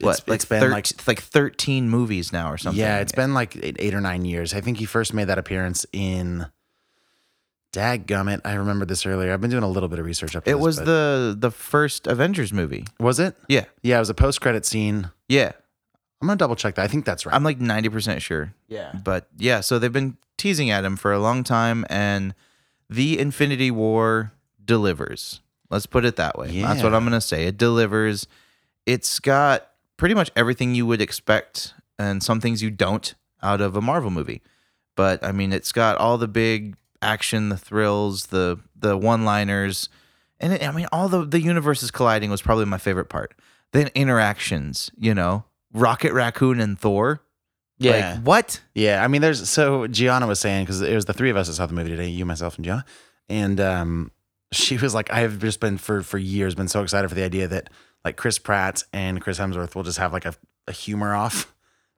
S2: what,
S1: It's-
S2: like,
S1: it's been,
S2: thirt-
S1: like-
S2: like thirteen movies now or something.
S1: Yeah, it's been like eight, eight or nine years. I think he first made that appearance in. Dadgummit, I remembered this earlier. I've been doing a little bit of research up. to
S2: It
S1: this,
S2: was
S1: but-
S2: the the first Avengers movie.
S1: was it?
S2: Yeah,
S1: Yeah, it was a post-credit scene.
S2: yeah.
S1: I'm gonna double check that. I think that's right.
S2: I'm like 90% sure.
S1: Yeah.
S2: But yeah, so they've been teasing at him for a long time, and the Infinity War delivers. Let's put it that way. That's what
S1: Yeah.
S2: I'm going to say. It delivers. It's got pretty much everything you would expect and some things you don't out of a Marvel movie. But I mean, it's got all the big action, the thrills, the the one-liners, and it, I mean, all the the universes colliding was probably my favorite part. Then interactions, you know, Rocket Raccoon and Thor.
S1: yeah,
S2: Like, what?
S1: Yeah, I mean, there's so Gianna was saying because it was the three of us that saw the movie today, you, myself, and Gianna, and um, she was like, I have just been for for years been so excited for the idea that like Chris Pratt and Chris Hemsworth will just have like a, a humor off.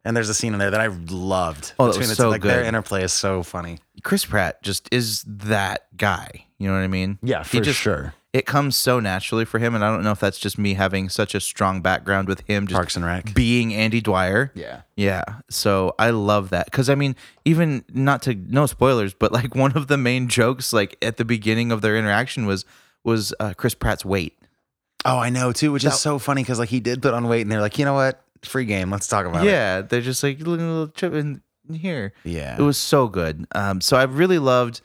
S1: And there's a scene in there that I loved.
S2: Oh, that was
S1: the two,
S2: so
S1: like their
S2: good.
S1: interplay is so funny.
S2: Chris Pratt just is that guy. You know what I mean? He just-
S1: sure.
S2: It comes so naturally for him, and I don't know if that's just me having such a strong background with him just
S1: Parks and Rec.
S2: being Andy Dwyer.
S1: Yeah.
S2: Yeah. So I love that. Cause I mean, even not to no spoilers, but like [LAUGHS] one of the main jokes like at the beginning of their interaction was was uh, Chris Pratt's weight.
S1: Oh, I know too, which is so funny because like he did put on weight, and they're like, you know what, free game, let's talk about it.
S2: Yeah. They're just like little, little chip in in here.
S1: Yeah,
S2: It was so good. Um, so I really loved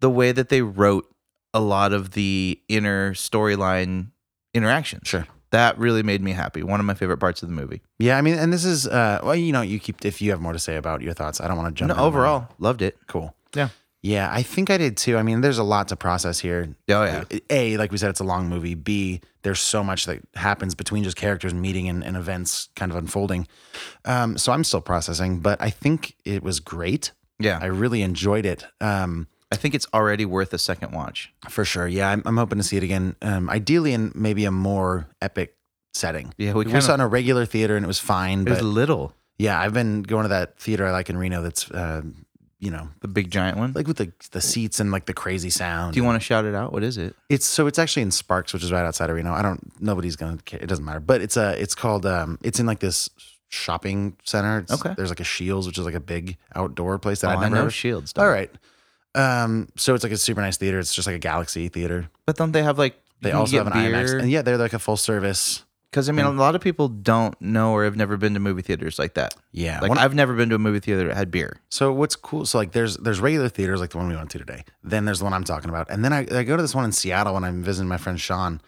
S2: the way that they wrote a lot of the inner storyline interactions.
S1: Sure.
S2: That really made me happy. One of my favorite parts of the movie.
S1: yeah. I mean, and this is uh, well, you know, you keep if you have more to say about your thoughts, I don't want to jump.
S2: No,
S1: in on that.
S2: overall, loved it.
S1: cool.
S2: Yeah.
S1: Yeah, I think I did too. I mean, there's a lot to process here. Uh,
S2: Oh, yeah.
S1: A, like we said, it's a long movie. B, there's so much that happens between just characters meeting and, and events kind of unfolding. Um, so I'm still processing, but I think it was great.
S2: Yeah.
S1: I really enjoyed it. Um,
S2: I think it's already worth a second watch.
S1: for sure. Yeah, I'm, I'm hoping to see it again. Um, ideally in maybe a more epic setting.
S2: Yeah, we
S1: we,
S2: kind
S1: saw it in
S2: of-
S1: a regular theater and it was fine.
S2: It was
S1: but
S2: little.
S1: yeah, I've been going to that theater I like in Reno that's uh, you know,
S2: The big giant one.
S1: like with the the seats and like the crazy sound.
S2: Do you want to shout it out? What is it?
S1: It's so it's actually in Sparks, which is right outside of Reno. I don't. Nobody's gonna. care. It doesn't matter. But it's a. It's called. Um. It's in like this shopping center. It's,
S2: Okay.
S1: There's like a Shields, which is like a big outdoor place that I
S2: Oh, I
S1: never.
S2: know
S1: heard of.
S2: Shields,
S1: All
S2: dog.
S1: right. Um. So it's like a super nice theater. It's just like a Galaxy theater.
S2: But don't they have like
S1: They
S2: you can
S1: also have
S2: get
S1: an IMAX, and yeah, they're like a full service.
S2: Because I mean, a lot of people don't know or have never been to movie theaters like that.
S1: Yeah.
S2: Like
S1: One-
S2: I've never been to a movie theater that had beer.
S1: So what's cool? So like there's there's regular theaters like the one we went to today. Then there's the one I'm talking about, and then I, I go to this one in Seattle when I'm visiting my friend Sean,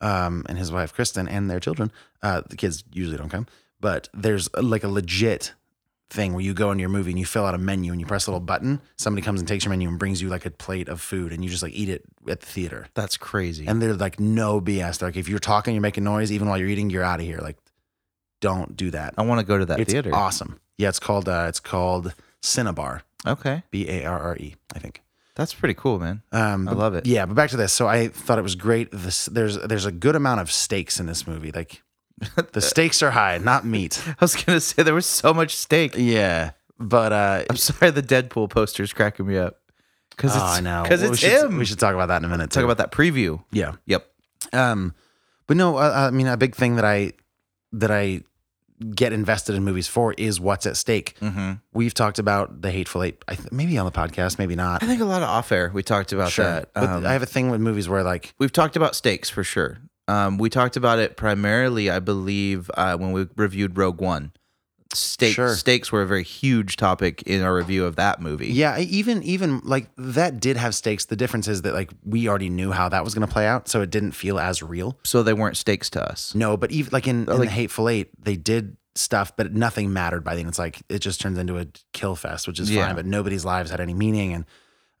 S1: um, and his wife Kristen and their children. Uh, the kids usually don't come, but there's uh, like a legit thing where you go into your movie and you fill out a menu and you press a little button. Somebody comes and takes your menu and brings you like a plate of food, and you just like eat it at the theater.
S2: That's crazy.
S1: And they're like no BS. They're like if you're talking, you're making noise, even while you're eating, you're out of here. Like don't do that.
S2: I want to go to that
S1: it's
S2: theater.
S1: awesome. Yeah, it's called uh, it's called Cinnabar.
S2: Okay,
S1: B A R R E, I think.
S2: that's pretty cool, man. [LAUGHS]
S1: Um,
S2: I
S1: but-
S2: love it.
S1: Yeah, but back to this. So I thought it was great. This, there's there's a good amount of steaks in this movie. Like the stakes are high, not meat.
S2: I was gonna say there was so much steak.
S1: Yeah, but uh,
S2: I'm sorry, the Deadpool poster's cracking me up because
S1: oh, I
S2: [LAUGHS]
S1: know
S2: because
S1: Well, we
S2: it's
S1: should-
S2: him.
S1: We should talk about that in a minute.
S2: talk
S1: too.
S2: about that preview.
S1: yeah.
S2: Yep.
S1: Um, but no, uh, I, I mean a big thing that I that I get invested in movies for is what's at stake.
S2: Mm. Mm-hmm.
S1: We've talked about the Hateful Eight, I th- maybe on the podcast, maybe not.
S2: I think a lot of off air we talked about that.
S1: but
S2: Um,
S1: I have a thing with movies where like
S2: we've talked about stakes for sure. Um, we talked about it primarily, I believe, uh, when we reviewed Rogue One. Stakes
S1: Sure.
S2: stakes were a very huge topic in our review of that movie.
S1: Yeah, I- even even like that did have stakes. The difference is that like we already knew how that was going to play out, so it didn't feel as real.
S2: So they weren't stakes to us.
S1: No, but even like in, in
S2: like-
S1: the Hateful Eight, they did stuff, but nothing mattered by the end. It's like it just turns into a kill fest, which is
S2: Yeah.
S1: fine, but nobody's lives had any meaning. And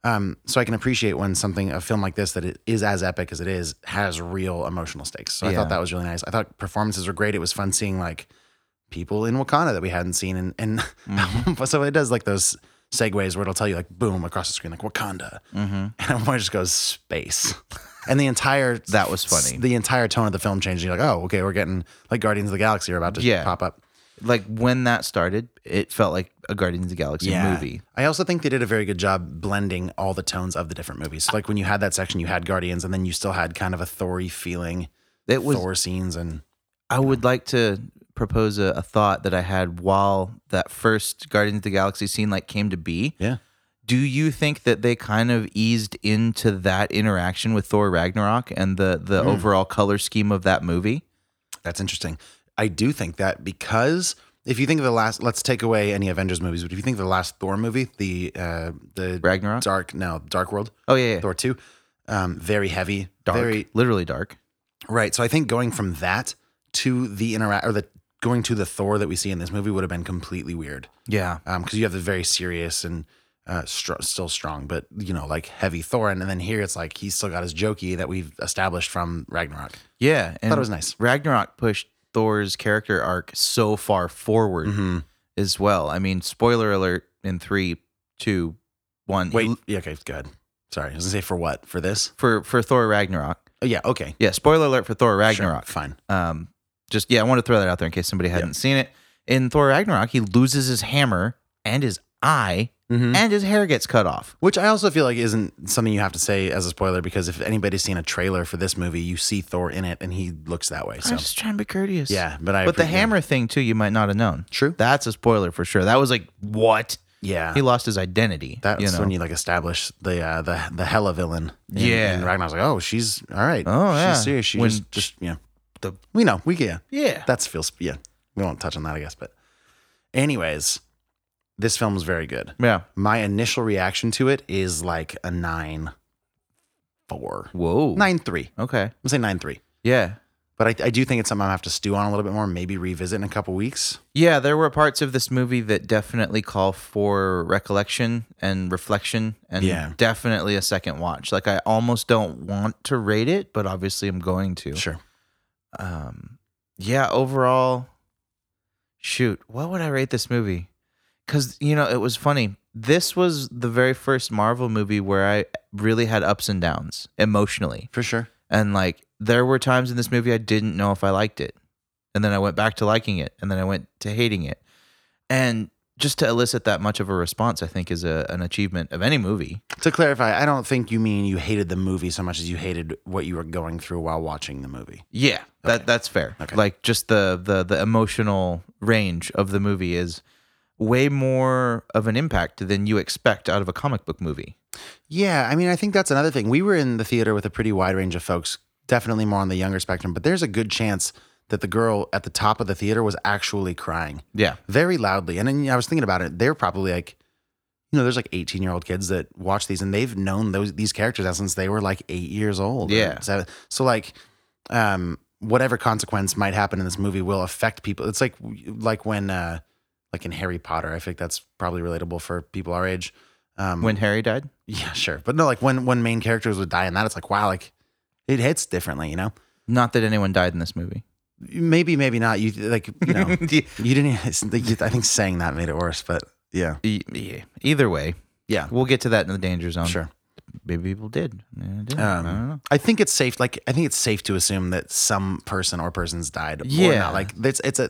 S1: um, so I can appreciate when something a film like this that it is as epic as it is has real emotional stakes. So I
S2: Yeah.
S1: thought that was really nice. I thought performances were great. It was fun seeing like people in Wakanda that we hadn't seen, and and [LAUGHS]
S2: Mm-hmm.
S1: so it does like those segues where it'll tell you like boom across the screen like Wakanda,
S2: Mm-hmm.
S1: and [LAUGHS] everyone just goes space, and the entire
S2: That was funny.
S1: The entire tone of the film changed. You're like, oh, okay, we're getting like Guardians of the Galaxy are about to
S2: Yeah.
S1: pop up.
S2: Like when that started, it felt like a Guardians of the Galaxy movie.
S1: I also think they did a very good job blending all the tones of the different movies. So like when you had that section, you had Guardians, and then you still had kind of a Thory feeling,
S2: It was
S1: Thor scenes, and
S2: I would like to propose a, a thought that I had while that first Guardians of the Galaxy scene like came to be.
S1: yeah,
S2: Do you think that they kind of eased into that interaction with Thor Ragnarok and the the
S1: Hmm.
S2: overall color scheme of that movie?
S1: that's interesting. I do think that because if you think of the last, let's take away any Avengers movies, but if you think of the last Thor movie, the uh, the
S2: Ragnarok?
S1: Dark, no, Dark World,
S2: Oh yeah, yeah.
S1: Thor two, um, very heavy,
S2: dark,
S1: very
S2: literally dark.
S1: Right. So I think going from that to the interact or the going to the Thor that we see in this movie would have been completely weird.
S2: Yeah.
S1: Um, because you have the very serious and uh, str- still strong, but you know, like heavy Thor, and, and then here it's like he's still got his jokey that we've established from Ragnarok.
S2: Yeah, and
S1: Thought it was nice.
S2: Ragnarok pushed Thor's character arc so far forward
S1: Mm-hmm.
S2: as well. I mean, spoiler alert in three, two, one.
S1: Wait, yeah, okay, go ahead. Sorry, I was gonna say for what? For this?
S2: for for Thor Ragnarok.
S1: Oh, yeah, okay.
S2: Yeah, spoiler alert for Thor
S1: Sure,
S2: Ragnarok.
S1: fine.
S2: Um, just yeah, I want to throw that out there in case somebody hadn't seen it. In Thor Ragnarok, he loses his hammer and his eye,
S1: Mm-hmm.
S2: and his hair gets cut off.
S1: Which I also feel like isn't something you have to say as a spoiler because if anybody's seen a trailer for this movie, you see Thor in it and he looks that way. So
S2: I'm just trying to be courteous.
S1: yeah, but I
S2: but the
S1: appre- yeah.
S2: hammer thing too, you might not have known.
S1: True.
S2: That's a spoiler for sure. That was like what
S1: yeah,
S2: he lost his identity.
S1: That's
S2: you know?
S1: when you like establish the uh, the the hella villain. And-
S2: Yeah.
S1: and Ragnar's like, oh, she's all right.
S2: Oh, yeah.
S1: she's serious. She
S2: When-
S1: just, just yeah.
S2: the-
S1: we know we yeah
S2: yeah.
S1: that's feels yeah. We won't touch on that, I guess. But anyways, this film is very good.
S2: yeah.
S1: My initial reaction to it is like a nine four.
S2: Whoa.
S1: Nine three.
S2: Okay.
S1: I'm gonna say nine three.
S2: Yeah.
S1: But I, I do think it's something I have to stew on a little bit more. Maybe revisit in a couple weeks.
S2: Yeah, there were parts of this movie that definitely call for recollection and reflection and
S1: Yeah.
S2: definitely a second watch. Like I almost don't want to rate it, but obviously I'm going to.
S1: Sure.
S2: Um yeah, overall shoot, what would I rate this movie? Cuz you know, it was funny. This was the very first Marvel movie where I really had ups and downs emotionally.
S1: For sure.
S2: And like there were times in this movie I didn't know if I liked it. And then I went back to liking it. And then I went to hating it. And just to elicit that much of a response, I think, is a, an achievement of any movie.
S1: To clarify, I don't think you mean you hated the movie so much as you hated what you were going through while watching the movie.
S2: Yeah, that that's fair. Like just the the the emotional range of the movie is way more of an impact than you expect out of a comic book movie.
S1: Yeah, I mean, I think that's another thing. We were in the theater with a pretty wide range of folks, definitely more on the younger spectrum, but there's a good chance that the girl at the top of the theater was actually crying
S2: Yeah.
S1: very loudly. And then I was thinking about it, they're probably like, you know, there's like 18 year old kids that watch these and they've known those these characters out since they were like eight years old. or
S2: Yeah.
S1: seven. So like, um, whatever consequence might happen in this movie will affect people. It's like like when uh like in Harry Potter, I think that's probably relatable for people our age. Um
S2: When Harry died.
S1: [LAUGHS] yeah, sure. But no, like when when main characters would die in that, it's like, wow, like it hits differently, you know?
S2: Not that anyone died in this movie.
S1: Maybe, maybe not. You like, you know,
S2: [LAUGHS] Yeah.
S1: you didn't. [LAUGHS] I think saying that made it worse, but yeah,
S2: E- yeah. Either way,
S1: yeah,
S2: we'll get to that in the danger zone.
S1: sure.
S2: Maybe people did. Yeah, Um, I didn't. I don't know.
S1: Um, I think it's safe. Like, I think it's safe to assume that some person or persons died. or
S2: Yeah.
S1: not. like it's it's a.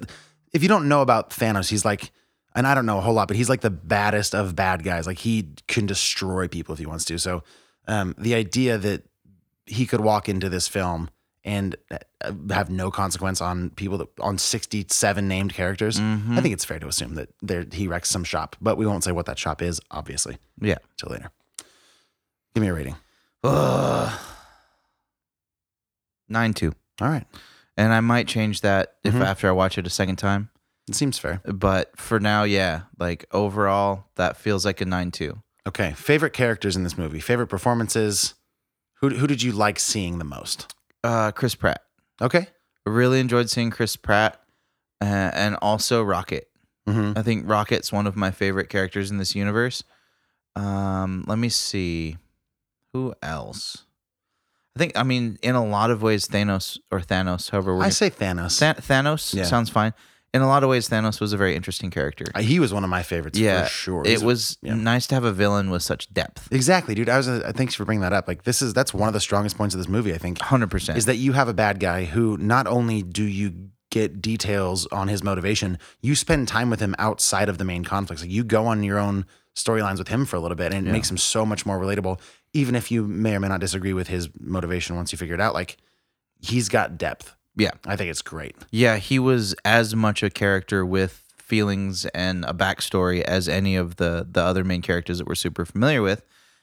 S1: If you don't know about Thanos, he's like, and I don't know a whole lot, but he's like the baddest of bad guys. Like he can destroy people if he wants to. So, um, the idea that he could walk into this film and uh, have no consequence on people that on 67 named characters
S2: Mm-hmm.
S1: i think it's fair to assume that there he wrecks some shop but we won't say what that shop is obviously
S2: Yeah.
S1: till later give me a rating
S2: Ugh. Nine two.
S1: all right
S2: And I might change that if
S1: Mhm.
S2: after I watch it a second time.
S1: it seems fair
S2: But for now, yeah. Like overall, that feels like a nine two.
S1: okay favorite characters in this movie favorite performances who, who did you like seeing the most
S2: Uh, Chris Pratt.
S1: okay
S2: Really enjoyed seeing Chris Pratt, uh, and also Rocket.
S1: mm-hmm.
S2: I think Rocket's one of my favorite characters in this universe. Um, let me see. Who else? I think I mean in a lot of ways Thanos or Thanos, however we're
S1: i say thanos
S2: Than- Thanos
S1: Yeah.
S2: sounds fine. In a lot of ways Thanos was a very interesting character.
S1: Uh, he was one of my favorites
S2: yeah,
S1: for sure
S2: It
S1: He's a-
S2: was
S1: yeah.
S2: nice to have a villain with such depth.
S1: exactly dude i was uh, thanks for bringing that up like this is that's one of the strongest points of this movie i think
S2: 100%.
S1: is that you have a bad guy who not only do you get details on his motivation, you spend time with him outside of the main conflicts. Like you go on your own storylines with him for a little bit, and it makes him so much more relatable. Even if you may or may not disagree with his motivation once you figure it out, like he's got depth.
S2: yeah.
S1: I think it's great.
S2: Yeah, he was as much a character with feelings and a backstory as any of the the other main characters that we're super familiar with.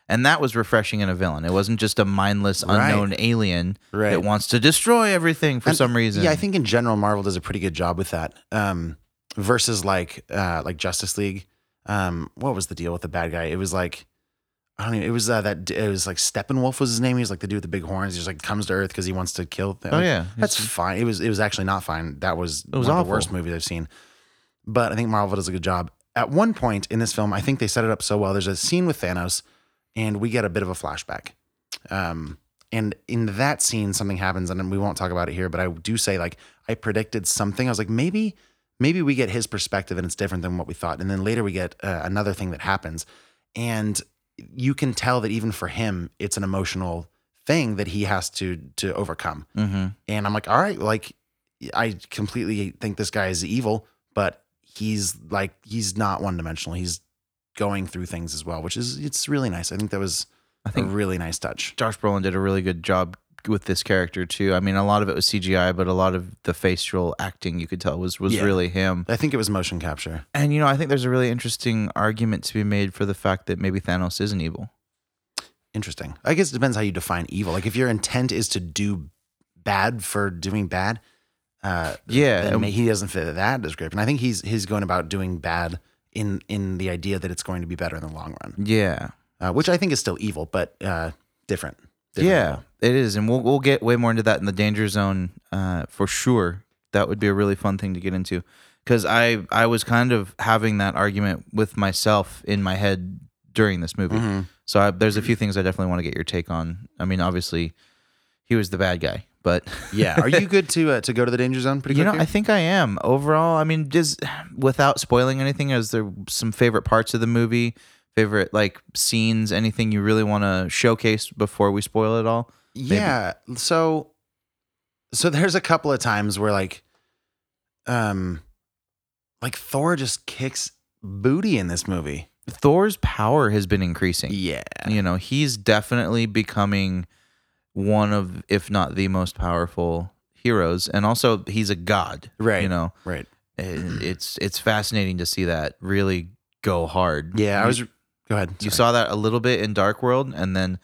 S2: And that was refreshing in a villain. It wasn't just a mindless
S1: Right.
S2: unknown alien
S1: Right.
S2: that wants to destroy everything for
S1: And-
S2: some reason.
S1: Yeah, I think in general Marvel does a pretty good job with that. Um, versus like uh, like Justice League. Um, what was the deal with the bad guy? It was like I don't even. It was uh, that. d- It was like Steppenwolf was his name. He was like the dude with the big horns. He just like comes to Earth because he wants to kill. Things.
S2: Oh, yeah.
S1: that's fine. It was. It was actually not fine. That was, one
S2: was
S1: of
S2: awful.
S1: the worst movies I've seen. But I think Marvel does a good job. At one point in this film, I think they set it up so well. There's a scene with Thanos, and we get a bit of a flashback. Um, and in that scene, something happens, and we won't talk about it here. But I do say, like, I predicted something. I was like, maybe, maybe we get his perspective, and it's different than what we thought. And then later we get uh, another thing that happens, and you can tell that even for him, it's an emotional thing that he has to to overcome.
S2: Mhm.
S1: And I'm like, all right, like, I completely think this guy is evil, but he's like, he's not one dimensional. He's going through things as well, which is it's really nice. I think that was
S2: I think
S1: a really nice touch.
S2: Josh Brolin did a really good job with this character too. I mean, a lot of it was CGI, but a lot of the facial acting you could tell was was
S1: Yeah.
S2: really him.
S1: I think it was motion capture.
S2: And you know, I think there's a really interesting argument to be made for the fact that maybe Thanos isn't evil.
S1: Interesting. I guess it depends how you define evil. Like if your intent is to do bad for doing bad, uh,
S2: Yeah,
S1: then
S2: and-
S1: may- he doesn't fit that description. I think he's he's going about doing bad in in the idea that it's going to be better in the long run,
S2: Yeah.
S1: uh, which I think is still evil, but uh, different. different
S2: yeah,
S1: evil.
S2: it is, and we'll we'll get way more into that in the danger zone uh, for sure. That would be a really fun thing to get into because I I was kind of having that argument with myself in my head during this movie.
S1: Mm-hmm.
S2: So I, there's a few things I definitely want to get your take on. I mean, obviously, he was the bad guy, but [LAUGHS]
S1: yeah. Are you good to uh, to go to the danger zone pretty
S2: you know,
S1: quickly?
S2: I think I am overall. I mean, just without spoiling anything, is there some favorite parts of the movie, favorite like scenes, anything you really want to showcase before we spoil it all?
S1: Yeah. So so there's a couple of times where like um like Thor just kicks booty in this movie.
S2: Thor's power has been increasing.
S1: Yeah.
S2: You know, he's definitely becoming one of, if not the most powerful heroes. And also, he's a god.
S1: Right.
S2: You know,
S1: Right.
S2: And it's it's fascinating to see that really go hard.
S1: Yeah, I
S2: You-
S1: was. Go ahead.
S2: You
S1: sorry.
S2: saw that a little bit in Dark World, and then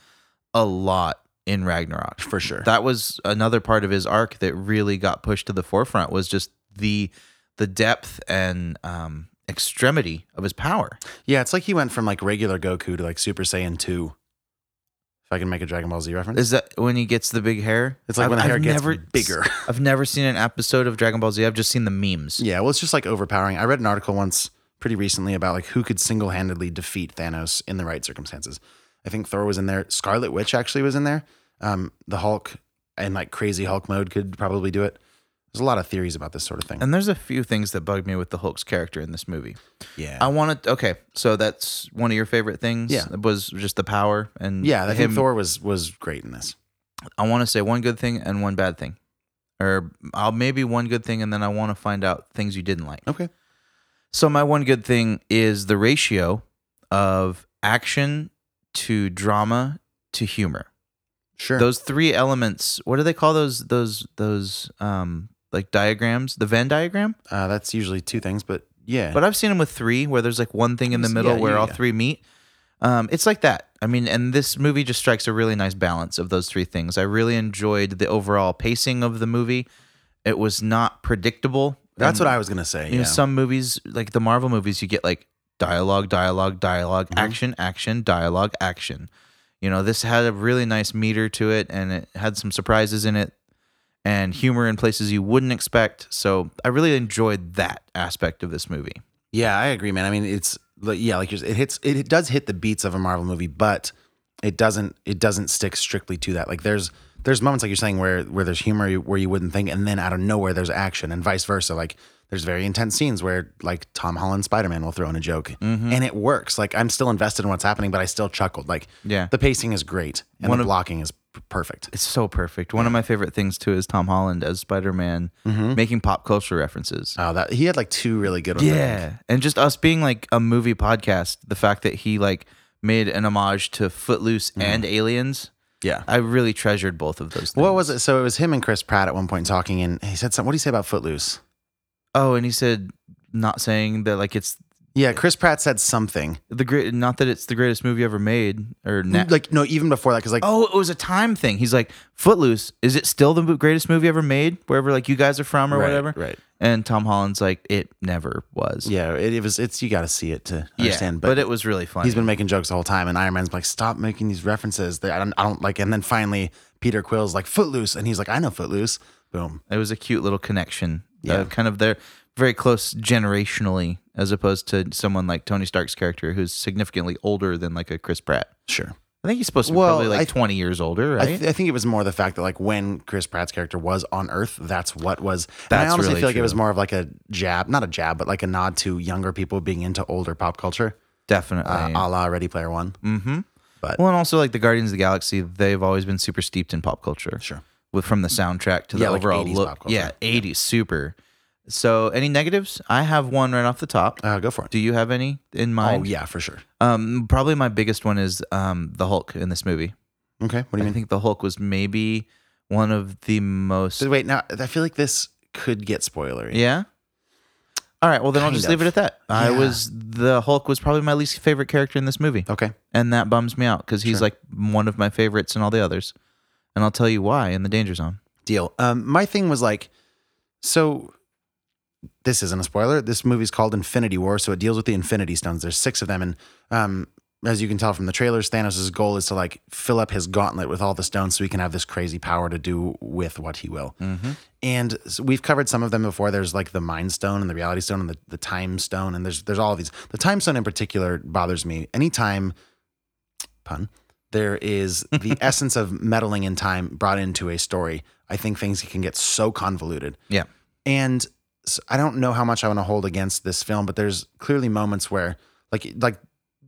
S2: a lot in Ragnarok.
S1: for sure.
S2: That was another part of his arc that really got pushed to the forefront was just the the depth and um, extremity of his power.
S1: yeah, it's like he went from like regular Goku to like Super Saiyan two. If I can make a Dragon Ball Z reference,
S2: Is that when he gets the big hair?
S1: It's like when the hair gets bigger.
S2: I've never seen an episode of Dragon Ball Z. I've just seen the memes.
S1: Yeah, well, it's just like overpowering. I read an article once pretty recently about like who could single handedly defeat Thanos in the right circumstances. I think Thor was in there. Scarlet Witch actually was in there. Um, the Hulk and like crazy Hulk mode could probably do it. There's a lot of theories about this sort of thing.
S2: And there's a few things that bug me with the Hulk's character in this movie.
S1: yeah.
S2: I want to. Okay, so that's one of your favorite things.
S1: Yeah.
S2: was just the power and
S1: yeah, I
S2: him
S1: think Thor was was great in this.
S2: I want to say one good thing and one bad thing, or I'll maybe one good thing and then I want to find out things you didn't like.
S1: Okay.
S2: So my one good thing is the ratio of action to drama to humor.
S1: Sure.
S2: Those three elements. What do they call those? Those those um like diagrams. The Venn diagram.
S1: uh, that's usually two things, but yeah.
S2: But I've seen them with three, where there's like one thing in the
S1: Yeah,
S2: middle where
S1: yeah,
S2: all
S1: yeah.
S2: three meet. Um, it's like that. I mean, and this movie just strikes a really nice balance of those three things. I really enjoyed the overall pacing of the movie. It was not predictable.
S1: that's
S2: And,
S1: what I um, was gonna say.
S2: You
S1: yeah.
S2: know, some movies like the Marvel movies, you get like dialogue, dialogue, dialog
S1: Mm-hmm.
S2: action, action, dialogue, action. You know, this had a really nice meter to it, and it had some surprises in it, and humor in places you wouldn't expect. So I really enjoyed that aspect of this movie.
S1: Yeah, I agree, man. I mean, it's like yeah, like you're, it hits it, it does hit the beats of a Marvel movie, but it doesn't it doesn't stick strictly to that. Like there's there's moments like you're saying where where there's humor you- where you wouldn't think, and then out of nowhere there's action, and vice versa. Like there's very intense scenes where like Tom Holland Spider Man will throw in a joke,
S2: Mm-hmm.
S1: and it works. Like I'm still invested in what's happening, but I still chuckled. Like
S2: Yeah.
S1: the pacing is great, and
S2: One
S1: the
S2: of-
S1: blocking is p- perfect.
S2: It's so perfect. One of my favorite things too is Tom Holland as Spider Man making pop culture references.
S1: Oh, that he had Mm-hmm. like two really good ones. I think.
S2: yeah, and just us being like a movie podcast, the fact that he like made an homage to Footloose
S1: Mm-hmm.
S2: and Aliens,
S1: yeah.
S2: I really treasured both of those. Things.
S1: What was it? So it was him and Chris Pratt at one point talking, and he said something. What do you say about Footloose?
S2: Oh, and he said not saying that like it's
S1: Yeah, Chris Pratt said something.
S2: the great, not that it's the greatest movie ever made or na-
S1: Like no, even before that, because like
S2: Mm. Oh, it was a time thing. He's like, Footloose, is it still the mo- greatest movie ever made? Wherever like you guys are from or
S1: Right,
S2: whatever.
S1: right.
S2: And Tom Holland's like, it never was.
S1: yeah, it, it was. It's you got to see it to understand.
S2: yeah,
S1: but
S2: but, it was really funny.
S1: he's been making jokes the whole time, and Iron Man's like, stop making these references. They, I don't, I don't like. And then finally, Peter Quill's like Footloose, and he's like, I know Footloose. Boom.
S2: It was a cute little connection. Yeah.
S1: Yeah.
S2: kind of they're very close generationally as opposed to someone like Tony Stark's character who's significantly older than like a Chris Pratt.
S1: Sure.
S2: I think he's supposed to be
S1: Well,
S2: probably like
S1: I-
S2: 20 years older,
S1: I,
S2: right?
S1: th- I think it was more the fact that like when Chris Pratt's character was on Earth, that's what was. and
S2: That's
S1: I honestly
S2: really
S1: feel like it was
S2: true.
S1: more of like a jab, not a jab, but like a nod to younger people being into older pop culture,
S2: Definitely. Mm-hmm.
S1: uh, a la Ready Player One.
S2: well, and also like the Guardians of the Galaxy, they've always been super steeped in pop culture.
S1: Sure.
S2: With from the soundtrack to the
S1: Yeah, like
S2: overall
S1: 80s
S2: look.
S1: pop culture.
S2: Yeah, 80s super. So, any negatives? I have one right off the top.
S1: Uh, go for it.
S2: Do you have any in mind?
S1: Oh yeah, for sure.
S2: Um, probably my biggest one is um, the Hulk in this movie.
S1: Okay. What do you
S2: I
S1: mean?
S2: think the Hulk was maybe one of the most.
S1: So wait, now I feel like this could get spoilery.
S2: Yeah. All right. Well, then I'll
S1: Kind
S2: just
S1: of.
S2: leave it at that. I
S1: Yeah.
S2: was the Hulk was probably my least favorite character in this movie,
S1: Okay.
S2: and that bums me out because he's like one of my favorites and all the others, and I'll tell you why in the Danger Zone.
S1: Deal. Um, my thing was like, so this isn't a spoiler. This movie's called Infinity War, so it deals with the Infinity Stones. There's six of them, and um, as you can tell from the trailers, Thanos' goal is to like fill up his gauntlet with all the stones, so he can have this crazy power to do with what he will. And s- we've covered some of them before. There's like the Mind Stone and the Reality Stone and the, the Time Stone, and there's there's all of these. The Time Stone in particular bothers me. Anytime, pun, there is the essence of meddling in time brought into a story, I think things can get so convoluted.
S2: Yeah.
S1: And s I don't know how much I want to hold against this film, but there's clearly moments where like like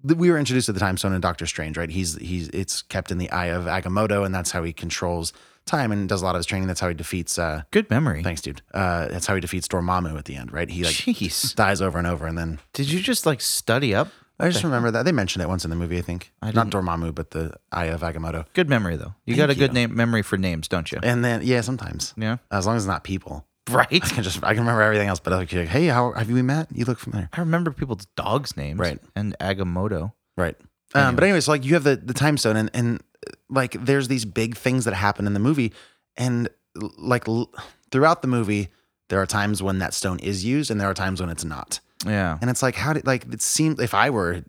S1: th- we were introduced to the time stone in Doctor Strange, right? He's he's it's kept in the eye of Agamotto, and that's how he controls time and does a lot of his training. That's how he defeats. Uh,
S2: Good memory.
S1: thanks, dude. Uh, that's how he defeats Dormammu at the end, right? He like
S2: Jeez.
S1: dies over and over, and then
S2: Did you just like study up?
S1: I just remember that they mentioned it once in the movie. I think not Dormammu, but the eye of Agamotto.
S2: Good memory though. You got a good name memory for names, don't you?
S1: And then yeah, sometimes
S2: Yeah.
S1: as long as it's not [LAUGHS] people.
S2: Right.
S1: I can just I can remember everything else, but I was like, hey, how have you met? You look familiar.
S2: I remember people's dogs' names.
S1: Right.
S2: And Agamotto.
S1: Right. Um, but anyway, so like you have the the time stone, and and uh, like there's these big things that happen in the movie, and l- like l- throughout the movie, there are times when that stone is used, and there are times when it's not.
S2: Yeah.
S1: And it's like how did like it seemed if I were,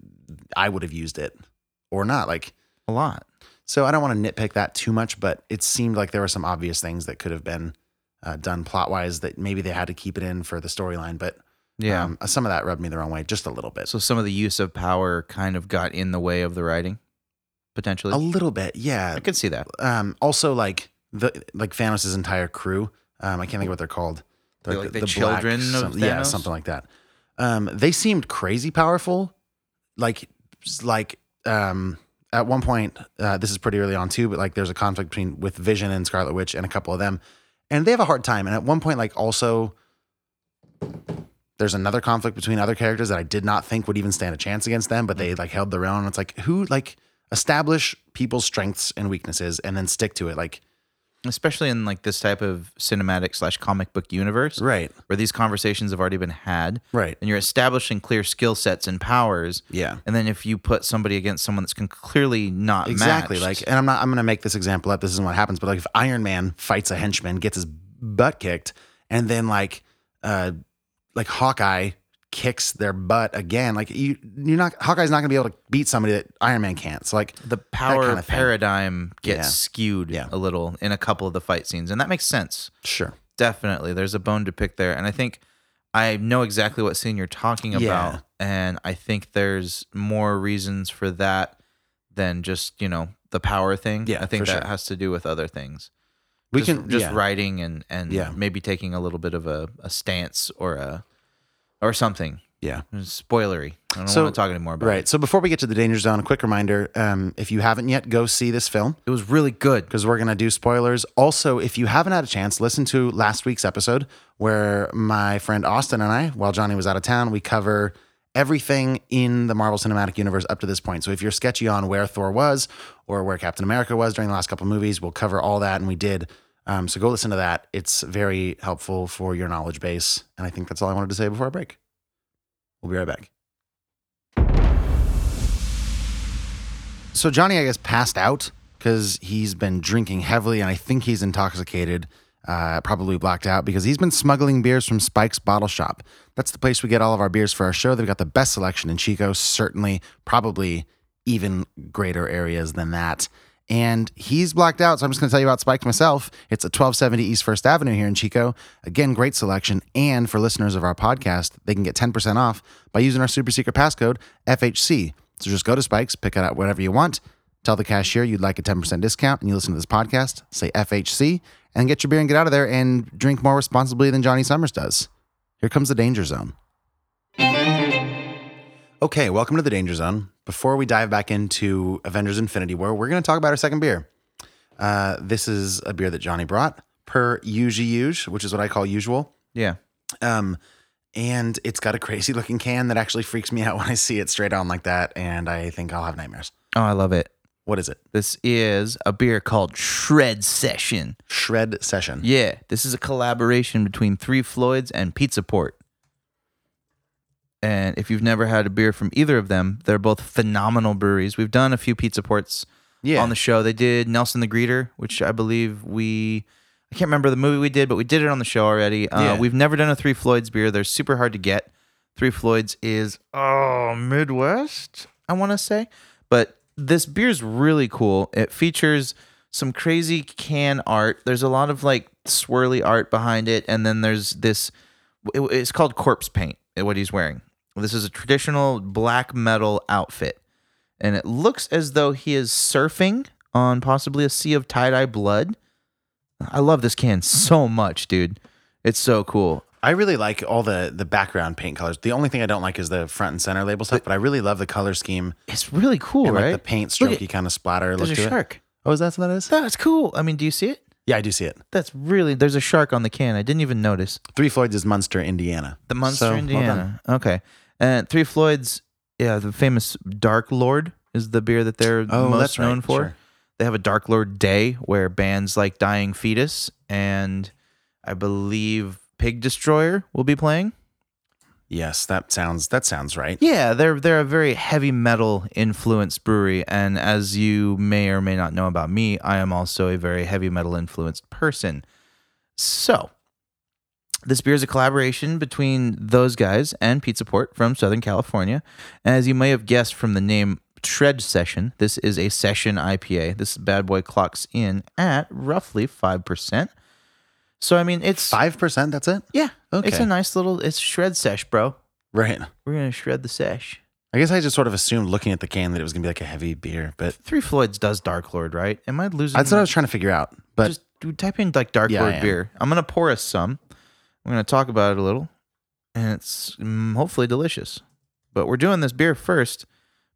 S1: I would have used it or not. Like
S2: A lot.
S1: so, I don't want to nitpick that too much, but it seemed like there were some obvious things that could have been uh, done plot wise that maybe they had to keep it in for the storyline, but.
S2: Yeah.
S1: um, some of that rubbed me the wrong way, just a little bit.
S2: so some of the use of power kind of got in the way of the writing, potentially.
S1: a little bit, yeah.
S2: I could see that.
S1: um, also like the like Thanos' entire crew. Um, I can't think of what they're called. They're
S2: Like the children of
S1: yeah,
S2: Thanos?
S1: something like that. Um, they seemed crazy powerful. Like like um, at one point, uh, this is pretty early on too, but like there's a conflict between with Vision and Scarlet Witch and a couple of them, and they have a hard time. And at one point, like also. There's another conflict between other characters that I did not think would even stand a chance against them, but they like held their own. It's like who like establish people's strengths and weaknesses and then stick to it. Like
S2: Especially in like this type of cinematic slash comic book universe.
S1: Right.
S2: Where these conversations have already been had.
S1: Right.
S2: And you're establishing clear skill sets and powers.
S1: Yeah.
S2: And then if you put somebody against someone that's con- clearly not
S1: Exactly.
S2: matched-
S1: Like, and I'm not. I'm gonna make this example up. This isn't what happens, but like, if Iron Man fights a henchman, gets his butt kicked, and then like, uh, like Hawkeye kicks their butt again. Like you, you're not. Hawkeye's not gonna be able to beat somebody that Iron Man can't. So like,
S2: the power
S1: kinda thing.
S2: paradigm gets
S1: Yeah.
S2: skewed
S1: Yeah.
S2: a little in a couple of the fight scenes, and that makes sense.
S1: sure.
S2: Definitely, there's a bone to pick there, and I think I know exactly what scene you're talking about,
S1: Yeah.
S2: and I think there's more reasons for that than just you know the power thing.
S1: Yeah,
S2: I think
S1: for
S2: that
S1: sure.
S2: has to do with other things.
S1: We
S2: just,
S1: can
S2: just
S1: yeah.
S2: writing and and
S1: Yeah.
S2: maybe taking a little bit of a, a stance or a or something
S1: Yeah.
S2: spoilery. I don't
S1: So-
S2: want to talk anymore about
S1: Right.
S2: it.
S1: So before we get to the danger zone, a quick reminder: um, if you haven't yet, go see this film.
S2: It was really good.
S1: because we're going to do spoilers. Also, if you haven't had a chance, listen to last week's episode where my friend Austin and I, while Johnny was out of town, we cover everything in the Marvel Cinematic Universe up to this point. So if you're sketchy on where Thor was or where Captain America was during the last couple movies, we'll cover all that, and we did. Um, so go listen to that. It's very helpful for your knowledge base. And I think that's all I wanted to say before I break. We'll be right back. So Johnny, I guess, passed out because he's been drinking heavily, and I think he's intoxicated, uh, probably blacked out because he's been smuggling beers from Spike's Bottle Shop. That's the place we get all of our beers for our show. They've got the best selection in Chico, certainly, probably even greater areas than that. And he's blacked out, so I'm just going to tell you about Spike myself. It's at 1270 East First Avenue here in Chico. Again, great selection. And for listeners of our podcast, they can get 10% off by using our super secret passcode FHC. So just go to Spike's, pick out whatever you want, tell the cashier you'd like a 10% discount, and you listen to this podcast, say FHC, and get your beer and get out of there and drink more responsibly than Johnny Summers does. Here comes the danger zone. Okay, welcome to the danger zone. Before we dive back into Avengers Infinity War, we're going to talk about our second beer. Uh, this is a beer that Johnny brought per usual, which is what I call usual.
S2: Yeah.
S1: Um, and it's got a crazy [LAUGHS] looking can that actually freaks me out when I see it straight on like that. And I think I'll have nightmares.
S2: Oh, I love it.
S1: What is it?
S2: This is a beer called Shred Session.
S1: Shred Session.
S2: Yeah, this is a collaboration between Three Floyds and Pizza Port. And if you've never had a beer from either of them, they're both phenomenal breweries. We've done a few Pizza Ports
S1: Yeah.
S2: on the show. They did Nelson the Greeter, which I believe we I can't remember the movie we did, but we did it on the show already. Uh,
S1: Yeah.
S2: We've never done a Three Floyds beer. They're super hard to get. Three Floyds is oh Midwest, I want to say, but this beer's really cool. It features some crazy can art. There's a lot of like swirly art behind it, and then there's this. it- it's called corpse paint. eh, What he's wearing. This is a traditional black metal outfit and it looks as though he is surfing on possibly a sea
S1: Mm-hmm.
S2: of tie dye blood. I love this can so much, dude. It's so cool.
S1: I really like all the the background paint colors. The only thing I don't like is the front and center label stuff, but I really love the color scheme
S2: It's really cool,
S1: and like
S2: right?
S1: the paint
S2: Look at-
S1: strokey kind of splatter
S2: There's
S1: look
S2: a
S1: to
S2: shark.
S1: it. Oh, is that what that is?
S2: That's cool. I mean, do you see it?
S1: Yeah, I do see it.
S2: That's really there's a shark on the can. I didn't even notice.
S1: Three Floyds is Munster, Indiana.
S2: The Monster
S1: So, well done.
S2: Indiana. okay. And Three Floyds, yeah, the famous Dark Lord is the beer that they're
S1: Oh,
S2: most
S1: that's right.
S2: known for.
S1: Sure.
S2: They have a Dark Lord Day where bands like Dying Fetus and I believe Pig Destroyer will be playing.
S1: Yes, that sounds that sounds right.
S2: Yeah, they're they're a very heavy metal influenced brewery, and as you may or may not know about me, I am also a very heavy metal influenced person. So, this beer is a collaboration between those guys and Pizza Port from Southern California. As you may have guessed from the name Shred Session, this is a session IPA. This bad boy clocks in at roughly five percent. So I mean, it's
S1: Five percent. That's it.
S2: yeah, it's
S1: Okay.
S2: a nice little it's shred sesh, bro.
S1: Right.
S2: We're gonna shred the sesh.
S1: I guess I just sort of assumed looking at the can that it was gonna be like a heavy beer, but
S2: Three Floyds does Dark Lord, right? Am I losing?
S1: that's what I
S2: my-
S1: was trying to figure out. But
S2: just dude, type in like Dark
S1: Yeah, I
S2: Lord
S1: am.
S2: beer. I'm gonna pour us some. I'm gonna talk about it a little, and it's mm, hopefully delicious. But we're doing this beer first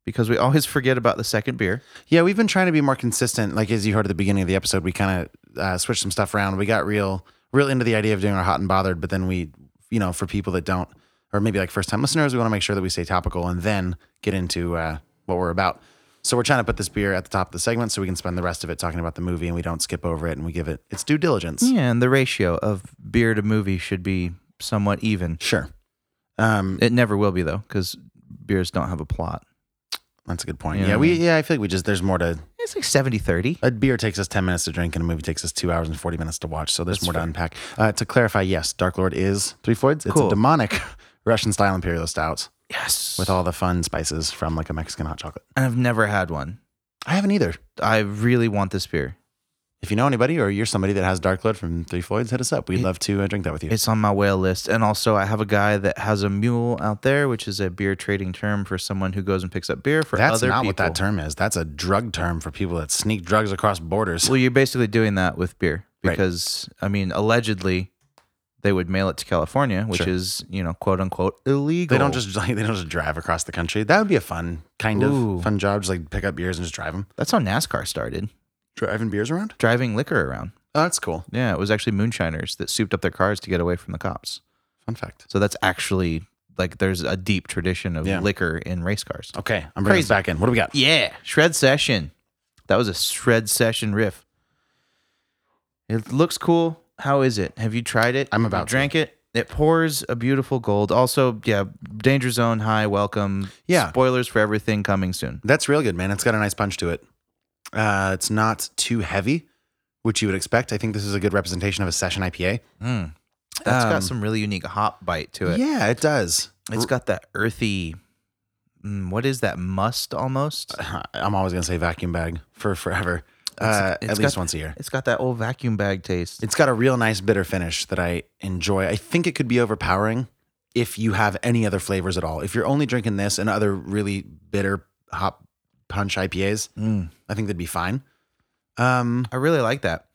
S2: because we always forget about the second beer.
S1: yeah, we've been trying to be more consistent. Like as you heard at the beginning of the episode, we kind of uh, switched some stuff around. We got real, real into the idea of doing our hot and bothered, but then we, you know, for people that don't, or maybe like first time listeners, we want to make sure that we stay topical and then get into uh, what we're about. So we're trying to put this beer at the top of the segment so we can spend the rest of it talking about the movie and we don't skip over it and we give it its due diligence.
S2: Yeah, and the ratio of beer to movie should be somewhat even.
S1: Sure. Um,
S2: It never will be though, because beers don't have a plot.
S1: That's a good point.
S2: You
S1: Yeah,
S2: know what
S1: we
S2: I mean?
S1: yeah, I feel like we just there's more to
S2: It's like 70 30.
S1: a beer takes us ten minutes to drink and a movie takes us two hours and forty minutes to watch. So there's
S2: That's
S1: more
S2: fair.
S1: to unpack. Uh, to clarify, yes, Dark Lord is three Floyds. It's
S2: Cool.
S1: a demonic [LAUGHS] Russian style imperial stout
S2: Yes.
S1: with all the fun spices from like a Mexican hot chocolate.
S2: and I've never had one.
S1: I haven't either.
S2: I really want this beer.
S1: If you know anybody or you're somebody that has Dark Lord from Three Floyds, hit us up. We'd
S2: It-
S1: love to uh, drink that with you.
S2: It's on my whale list. And also, I have a guy that has a mule out there, which is a beer trading term for someone who goes and picks up beer for
S1: That's
S2: other
S1: not
S2: people.
S1: what that term is. That's a drug term for people that sneak drugs across borders.
S2: Well, you're basically doing that with beer
S1: Right.
S2: because, I mean, allegedly they would mail it to California, which
S1: Sure.
S2: is, you know, quote unquote illegal.
S1: They don't just [LAUGHS] like, they don't just drive across the country. That would be a fun kind
S2: Ooh.
S1: of fun job. Just like pick up beers and just drive them,
S2: That's how NASCAR started
S1: driving beers around.
S2: driving liquor around.
S1: Oh, that's cool.
S2: Yeah, it was actually moonshiners that souped up their cars to get away from the cops.
S1: Fun fact.
S2: So that's actually like there's a deep tradition of
S1: Yeah.
S2: liquor in race cars.
S1: Okay, I'm bringing
S2: Crazy.
S1: this back in. What do we got?
S2: Yeah, shred session. That was a shred session riff. It looks cool. How is it? Have you tried it?
S1: I'm
S2: You
S1: about to.
S2: drank it. It pours a beautiful gold. Also, yeah, Danger Zone. Hi, welcome.
S1: Yeah.
S2: spoilers for everything coming soon.
S1: That's real good, man. It's got a nice punch to it. Uh, it's not too heavy, which you would expect. I think this is a good representation of a session IPA.
S2: That's
S1: Um,
S2: got some really unique hop bite to it.
S1: Yeah, it does.
S2: It's got that earthy. mm, What is that must almost?
S1: Uh, I'm always gonna say vacuum bag for forever, uh,
S2: it's
S1: at
S2: got-
S1: least once a year.
S2: It's got that old vacuum bag taste.
S1: It's got a real nice bitter finish that I enjoy. I think it could be overpowering if you have any other flavors at all. If you're only drinking this and other really bitter hop punch IPAs, I think that'd be fine. Um,
S2: Mm. I really like that.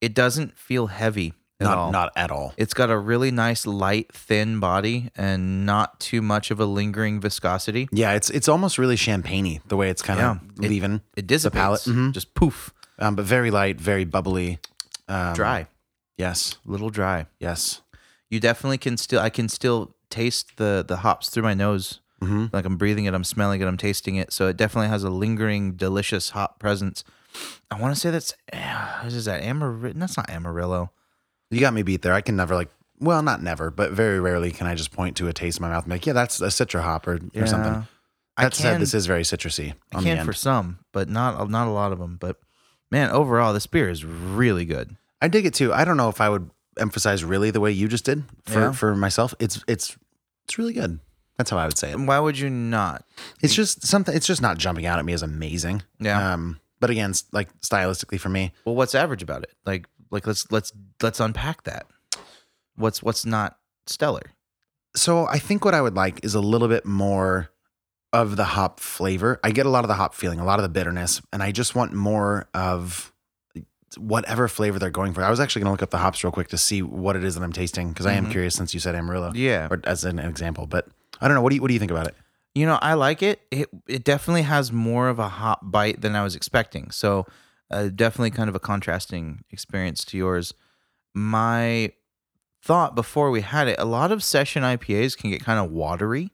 S2: It doesn't feel heavy at
S1: not
S2: all.
S1: not at all.
S2: It's got a really nice light, thin body and not too much of a lingering viscosity.
S1: Yeah, it's it's almost really champagne the way it's kind of
S2: Yeah. It-
S1: leaving,
S2: It dissipates,
S1: palate, mhm.
S2: just poof,
S1: um, but very light, very bubbly, um,
S2: dry,
S1: Yes,
S2: little dry.
S1: yes,
S2: You definitely can still, I can still taste the the hops through my nose.
S1: Mhm.
S2: Like I'm breathing it, I'm smelling it, I'm tasting it. So it definitely has a lingering, delicious hop presence. I want to say that's eh, what is that amarillo? That's not amarillo.
S1: you got me beat there. I can never like, well, not never, but very rarely can I just point to a taste in my mouth and be like, yeah, that's a citra hop or, or something.
S2: Yeah.
S1: That
S2: I
S1: said,
S2: can-
S1: this is very citrusy
S2: I
S1: on the
S2: can
S1: end.
S2: for some, but not not a lot of them. But man, overall, this beer is really good.
S1: I dig it too. I don't know if I would emphasize really the way you just did for
S2: Yeah.
S1: for myself. It's it's it's really good. That's how I would say it.
S2: And why would you not?
S1: It's just something. It's just not jumping out at me as amazing.
S2: Yeah.
S1: Um, but again, s- like stylistically for me,
S2: Well, what's average about it? Like, like let's let's let's unpack that. What's what's not stellar?
S1: so I think what I would like is a little bit more of the hop flavor. I get a lot of the hop feeling, a lot of the bitterness, and I just want more of whatever flavor they're going for. I was actually gonna look up the hops real quick to see what it is that I'm tasting because I am curious since you said Amarillo.
S2: Yeah.
S1: Or as an example, but I don't know. What do you What do you think about it?
S2: You know, I like it. It it definitely has more of a hot bite than I was expecting. So, uh, definitely kind of a contrasting experience to yours. My thought before we had it, a lot of session IPAs can get kind of watery.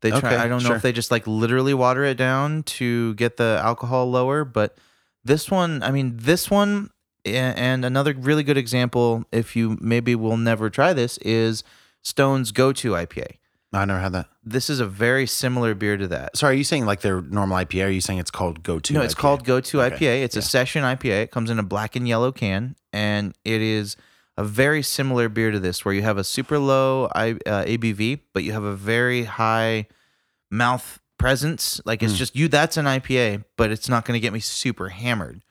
S2: They try.
S1: Okay,
S2: I don't know
S1: sure.
S2: if they just like literally water it down to get the alcohol lower, but this one, I mean, this one, a- and another really good example, if you maybe will never try this, is Stone's Go To IPA.
S1: No, I never had that.
S2: This is a very similar beer to that.
S1: Sorry, are you saying like their normal IPA? Are you saying it's called Go To?
S2: No, it's called Go To
S1: Okay.
S2: IPA. It's a session IPA. It comes in a black and yellow can, and it is a very similar beer to this, where you have a super low I, uh, ABV, but you have a very high mouth presence. Like
S1: Hmm.
S2: it's just you. That's an IPA, but it's not going to get me super hammered.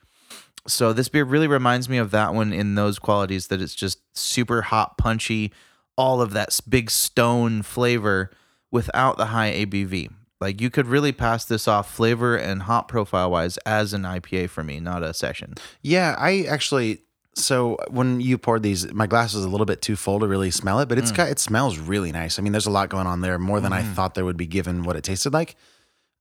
S2: So this beer really reminds me of that one in those qualities that it's just super hot, punchy, all of that s- big stone flavor without the high ABV. Like you could really pass this off flavor and hot profile wise as an IPA for me, not a session.
S1: Yeah, I actually. So when you poured these, my glass was a little bit too full to really smell it, but it's got it smells really nice. I mean, there's a lot going on there, more than I thought there would be given what it tasted like.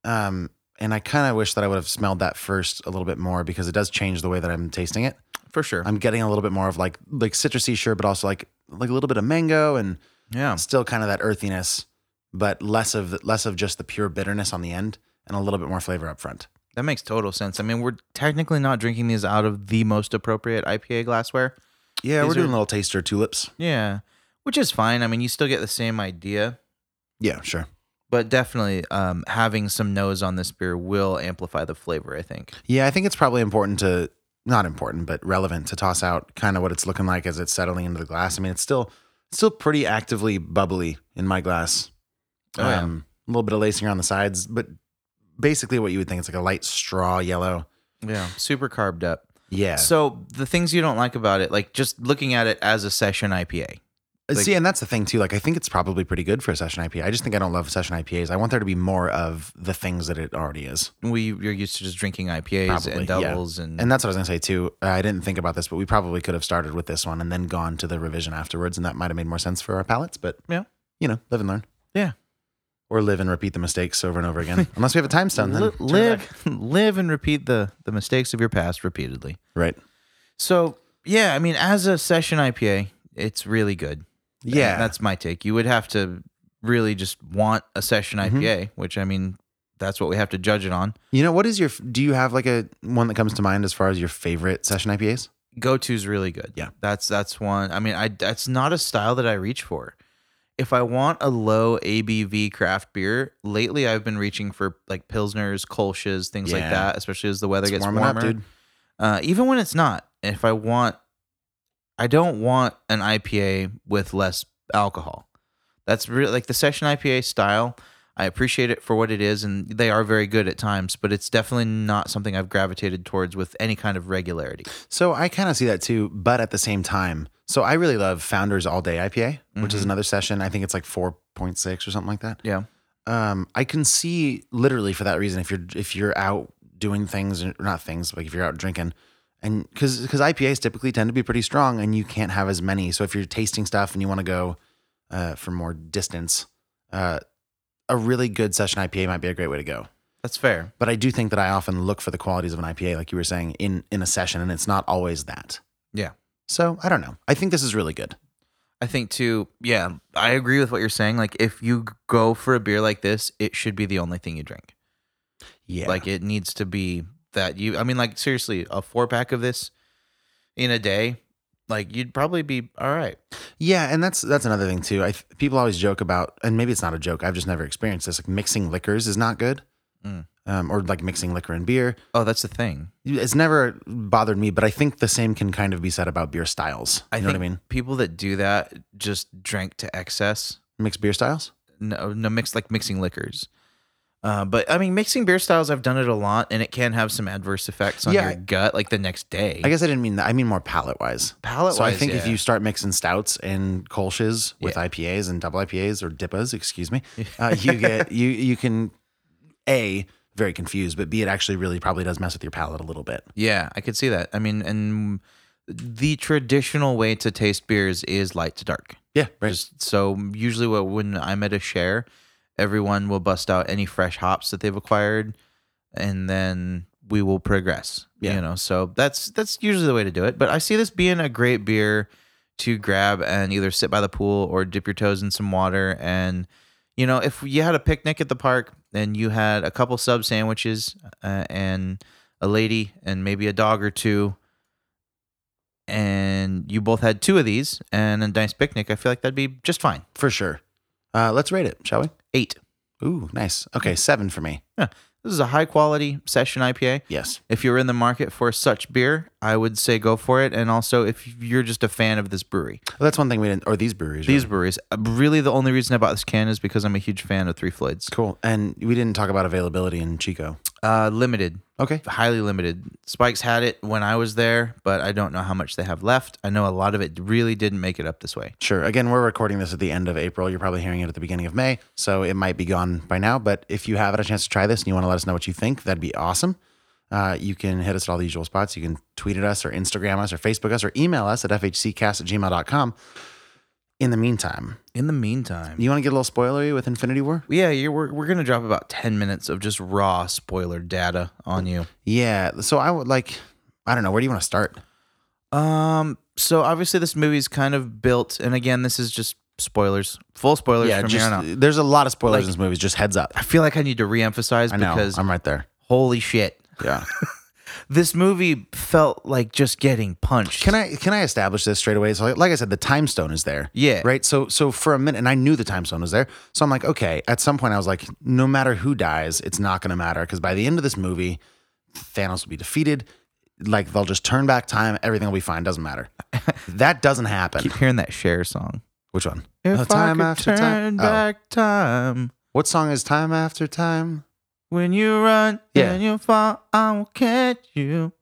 S1: Um, and I kind of wish that I would have smelled that first a little bit more because it does change the way that I'm tasting it.
S2: For sure.
S1: I'm getting a little bit more of like like citrusy, sure, but also like like a little bit of mango and
S2: yeah.
S1: still kind of that earthiness, but less of less of just the pure bitterness on the end and a little bit more flavor up front.
S2: That makes total sense. I mean, we're technically not drinking these out of the most appropriate IPA glassware.
S1: Yeah,
S2: These
S1: we're doing
S2: are-
S1: little taster tulips.
S2: Yeah. Which is fine. I mean, you still get the same idea,
S1: Yeah, sure.
S2: but definitely um, having some nose on this beer will amplify the flavor, I think.
S1: Yeah, I think it's probably important to not important, but relevant to toss out kind of what it's looking like as it's settling into the glass. I mean, it's still still pretty actively bubbly in my glass. Um,
S2: Oh, yeah.
S1: a little bit of lacing around the sides, but basically what you would think it's like a light straw yellow.
S2: Yeah. Super carved up.
S1: Yeah.
S2: So the things you don't like about it, like just looking at it as a session IPA. like-
S1: See, and that's the thing too. Like, I think it's probably pretty good for a session IPA. I just think I don't love session IPAs. I want there to be more of the things that it already is.
S2: We you're used to just drinking IPAs
S1: Probably,
S2: and
S1: yeah.
S2: doubles and,
S1: And that's what I was gonna say too. Uh, I didn't think about this, but we probably could have started with this one and then gone to the revision afterwards, and that might have made more sense for our palates. But
S2: yeah.
S1: you know, live and learn.
S2: Yeah.
S1: Or live and repeat the mistakes over and over again. [LAUGHS] Unless we have a time stone, then
S2: Li-
S1: turn it back.
S2: live [LAUGHS] live and repeat the the mistakes of your past repeatedly.
S1: Right.
S2: So yeah, I mean, as a session IPA, it's really good.
S1: Yeah.
S2: And that's my take. You would have to really just want a session
S1: Mm-hmm.
S2: IPA, which I mean, that's what we have to judge it on.
S1: you know, what is your? Do you have like a one that comes to mind as far as your favorite session IPAs?
S2: go to's really good.
S1: Yeah.
S2: That's that's one. I mean, I that's not a style that I reach for. If I want a low ABV craft beer, lately I've been reaching for like pilsners, kolsches, things like
S1: Yeah.
S2: that, especially as the weather gets
S1: warming
S2: warmer.
S1: up, dude.
S2: Uh, even when it's not, if I want I don't want an IPA with less alcohol. That's really like the session IPA style. I appreciate it for what it is, and they are very good at times, but it's definitely not something I've gravitated towards with any kind of regularity.
S1: So I kind of see that too, but at the same time, so I really love Founders All Day IPA, which
S2: Mm-hmm.
S1: is another session. I think it's like four point six or something like that.
S2: Yeah.
S1: Um, I can see literally for that reason if you're if you're out doing things or not things like if you're out drinking, and because because IPAs typically tend to be pretty strong and you can't have as many. So if you're tasting stuff and you want to go uh, for more distance, uh, a really good session IPA might be a great way to go
S2: That's fair.
S1: but I do think that I often look for the qualities of an IPA, like you were saying, in in a session, and it's not always that.
S2: Yeah.
S1: So I don't know. I think this is really good.
S2: I think too, yeah, I agree with what you're saying. Like, if you g- go for a beer like this, it should be the only thing you drink.
S1: Yeah.
S2: Like, it needs to be that you, I mean, like, seriously, a four pack of this in a day, like, you'd probably be all right.
S1: yeah, and that's that's another thing too. I th- people always joke about, and maybe it's not a joke. I've just never experienced this. Like mixing liquors is not good,
S2: Mm.
S1: um, or like mixing liquor and beer.
S2: Oh, that's the thing.
S1: It's never bothered me, but I think the same can kind of be said about beer styles. You
S2: I
S1: know
S2: think
S1: what I mean?
S2: people that do that just drink to excess.
S1: Mixed beer styles.
S2: No, no, mix like mixing liquors. Uh, but I mean, mixing beer styles, I've done it a lot, and it can have some adverse effects on
S1: Yeah,
S2: your
S1: I-
S2: gut, like the next day.
S1: I guess I didn't mean that. I mean more palate wise. So I
S2: Palate-wise,
S1: think if
S2: yeah.
S1: you start mixing stouts and kolsches with
S2: [LAUGHS]
S1: IPAs and double IPAs or dippas, excuse me, uh, you get you you can a very confused, but B, it actually really probably does mess with your palate a little bit.
S2: Yeah, I could see that. I mean, and the traditional way to taste beers is light to dark.
S1: Yeah, right.
S2: So usually, what when I'm at a share, everyone will bust out any fresh hops that they've acquired, and then we will progress.
S1: Yeah.
S2: You know, so that's that's usually the way to do it. But I see this being a great beer to grab and either sit by the pool or dip your toes in some water. And you know, if you had a picnic at the park and you had a couple sub sandwiches uh, and a lady and maybe a dog or two. And you both had two of these and a nice picnic. I feel like that'd be just fine.
S1: for sure. Uh, let's rate it, shall we?
S2: Eight.
S1: Ooh, nice. Okay, seven for me.
S2: Yeah. This is a high quality session IPA.
S1: Yes.
S2: If you're in the market for such beer, I would say go for it. And also, if you're just a fan of this brewery,
S1: Well, that's one thing we didn't, or these breweries.
S2: these
S1: rather.
S2: breweries, uh, really the only reason I bought this can is because I'm a huge fan of Three Floyds.
S1: cool. And we didn't talk about availability in Chico.
S2: Uh, limited,
S1: Okay.
S2: highly limited. Spikes had it when I was there, but I don't know how much they have left. I know a lot of it really didn't make it up this way.
S1: Sure. Again, we're recording this at the end of April. You're probably hearing it at the beginning of May, so it might be gone by now. But if you have had a chance to try this and you want to let us know what you think, that'd be awesome. Uh, you can hit us at all the usual spots. You can tweet at us or Instagram us or Facebook us or email us at fhccast at gmail.com. In the meantime,
S2: In the meantime,
S1: you want to get a little spoilery with Infinity War?
S2: yeah, you're, we're, we're going to drop about 10 minutes of just raw spoiler data on you.
S1: Yeah. So I would like, I don't know, where do you want to start?
S2: Um. So obviously, this movie is kind of built, and again, this is just spoilers, full spoilers from here on out.
S1: just, there's a lot of spoilers
S2: Like-
S1: in this movie. Just heads up.
S2: I feel like [LAUGHS] I need to reemphasize
S1: I know.
S2: because
S1: I'm right there.
S2: holy shit,
S1: Yeah.
S2: [LAUGHS] this movie felt like just getting punched.
S1: Can I can I establish this straight away? So like, like I said, the time stone is there.
S2: Yeah.
S1: Right. So so for a minute, and I knew the time stone was there. So I'm like, okay. At some point, I was like, no matter who dies, it's not going to matter because by the end of this movie, Thanos will be defeated. Like they'll just turn back time. Everything will be fine. Doesn't
S2: [LAUGHS]
S1: matter. that doesn't happen.
S2: keep hearing that Cher song?
S1: Which one?
S2: If
S1: Oh,
S2: I could turn
S1: Oh.
S2: back time
S1: What song is time after time?
S2: when you run
S1: Yeah.
S2: and you fall, I will catch you.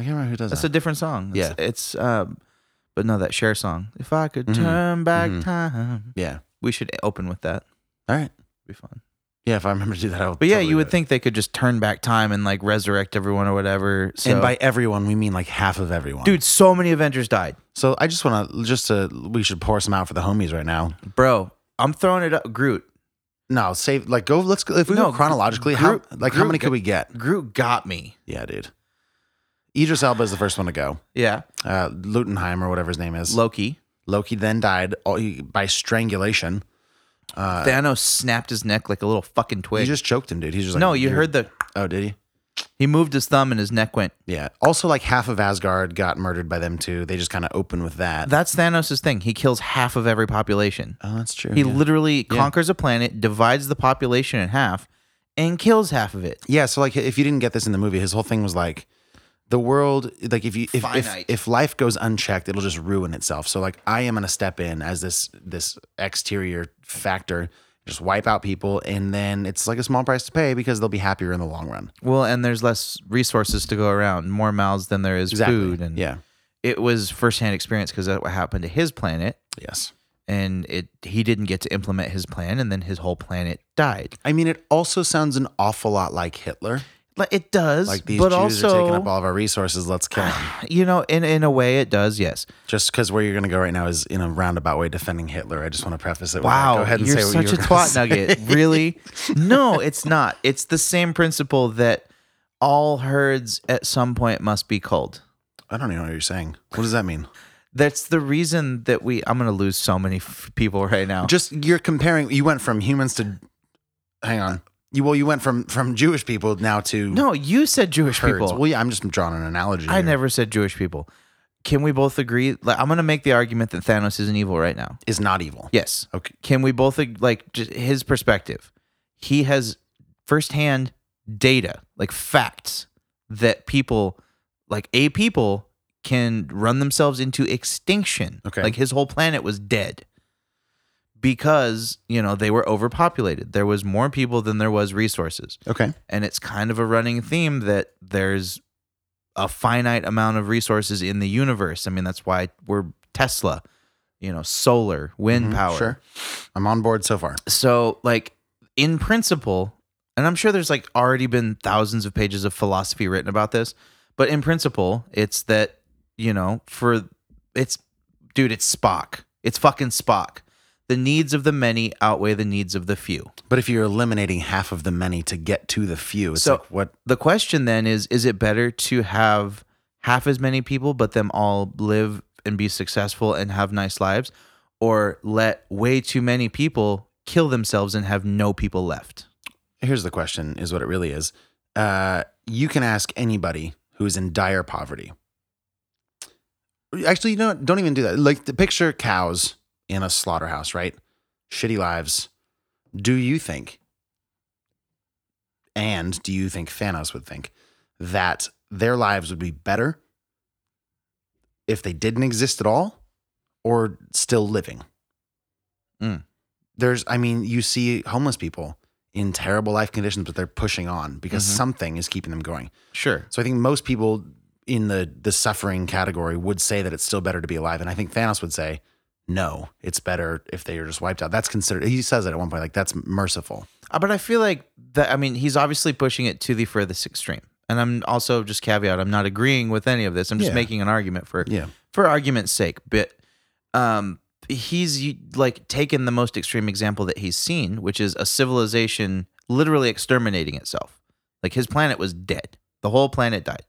S1: I can't remember who does
S2: That's a
S1: that.
S2: different song. It's- it's um, but no, that Cher song. If I could
S1: Mhm.
S2: turn back
S1: Mhm.
S2: time,
S1: yeah.
S2: we should open with that.
S1: All right.
S2: Be fun.
S1: Yeah. If I remember to do that, I'll.
S2: But yeah,
S1: totally
S2: you
S1: do
S2: would
S1: it.
S2: think they could just turn back time and like resurrect everyone or whatever. So,
S1: And by everyone, we mean like half of everyone.
S2: dude, so many Avengers died,
S1: So I just want to just to we should pour some out for the homies right now.
S2: bro. I'm throwing it up. Groot,
S1: No, save like go. Let's go if we
S2: No,
S1: go chronologically. how
S2: Groot-
S1: like how
S2: Groot
S1: many
S2: got-
S1: could we get?
S2: Groot got me.
S1: Yeah, dude. Idris Elba is the first one to go.
S2: Yeah,
S1: Uh, Lutenheim or whatever his name is.
S2: Loki.
S1: Loki then died all, he- by strangulation.
S2: Thanos snapped his neck like a little fucking
S1: He
S2: twig.
S1: just choked him, dude. He's just like
S2: no, you
S1: "You're-"
S2: heard the.
S1: Oh, did he?
S2: He moved his thumb and his neck went.
S1: Yeah. Also, like half of Asgard got murdered by them too. They just kind of open with that.
S2: That's Thanos' thing. He kills half of every population.
S1: Oh, that's true.
S2: He
S1: yeah.
S2: literally conquers a planet, divides the population in half, and kills half of it.
S1: Yeah, so like if you didn't get this in the movie, his whole thing was like the world like if you if if,
S2: Finite.
S1: if life goes unchecked, it'll just ruin itself. So like I am going to step in as this this exterior factor just wipe out people and then it's like a small price to pay because they'll be happier in the long run.
S2: Well, and there's less resources to go around, more mouths than there is food, and
S1: yeah.
S2: it was firsthand experience because that's what happened to his planet,
S1: Yes.
S2: and it he didn't get to implement his plan, and then his whole planet died.
S1: I mean it also sounds an awful lot like Hitler.
S2: Like it does,
S1: Like these
S2: but
S1: Jews
S2: also Ah.
S1: are taking up all of our resources, let's kill them.
S2: you know, in in a way, it does. Yes.
S1: just cuz where you're going to go right now is in a roundabout way defending Hitler. I just want to preface it with that.
S2: Wow,
S1: go ahead and
S2: you're
S1: say what
S2: such
S1: you were gonna
S2: a twat
S1: say. [LAUGHS]
S2: nugget. Really? No, it's not. It's the same principle that all herds at some point must be culled.
S1: I don't even know what you're saying. What does that mean?
S2: That's the reason that we. I'm gonna lose so many f- people right now.
S1: just you're comparing you went from humans to hang on you well you went from from jewish people now to
S2: no, you said Jewish
S1: herds.
S2: people.
S1: well yeah i'm just drawing an analogy
S2: I
S1: here.
S2: never said Jewish people. Can we both agree? Like, I'm going to make the argument that Thanos isn't evil right now.
S1: is not evil
S2: Yes.
S1: okay
S2: Can we both ag- like just his perspective? He has firsthand data, like facts, that people, like a people, can run themselves into extinction.
S1: Okay.
S2: Like his whole planet was dead because you know they were overpopulated. There was more people than there was resources
S1: okay
S2: and it's kind of a running theme that there's a finite amount of resources in the universe. I mean, that's why we're Tesla, you know, solar, wind
S1: Mhm,
S2: power.
S1: sure i'm on board so far
S2: So, like in principle, And I'm sure there's like already been thousands of pages of philosophy written about this, but in principle, it's that, you know, for it's dude, it's Spock. It's fucking Spock. The needs of the many outweigh the needs of the few.
S1: But if you're eliminating half of the many to get to the few, it's
S2: So-
S1: like what?
S2: The question then is is it better to have half as many people but them all live and be successful and have nice lives or let way too many people kill themselves and have no people left?
S1: Here's the question: Is what it really is. Uh, you can ask anybody who is in dire poverty. Actually, you know, what? don't even do that. Like, the picture cows in a slaughterhouse, right? Shitty lives. Do you think? And do you think Thanos would think that their lives would be better if they didn't exist at all, or still living?
S2: Mm.
S1: There's, I mean, you see homeless people in terrible life conditions, but they're pushing on because something is keeping them going.
S2: Sure.
S1: So I think most people in the the suffering category would say that it's still better to be alive, and I think Thanos would say, "No, it's better if they are just wiped out." That's considered. He says it at one point, like that's merciful.
S2: Uh, But I feel like that. I mean, he's obviously pushing it to the furthest extreme. And I'm also just caveat. I'm not agreeing with any of this. I'm just
S1: Yeah.
S2: making an argument for
S1: Yeah.
S2: for argument's sake. But um, he's y- like taken the most extreme example that he's seen, which is a civilization literally exterminating itself. Like his planet was dead. The whole planet died.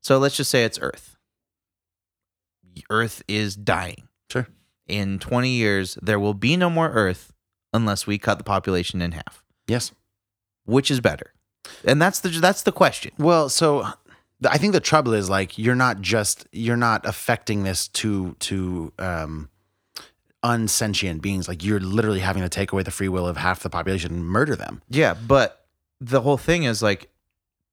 S2: So let's just say it's Earth. Earth is dying.
S1: Sure.
S2: In 20 years, there will be no more Earth unless we cut the population in half
S1: Yes.
S2: which is better? And that's the that's the question.
S1: Well, so th- I think the trouble is like you're not just you're not affecting this to to um unsentient beings. Like you're literally having to take away the free will of half the population and murder them.
S2: Yeah, but the whole thing is like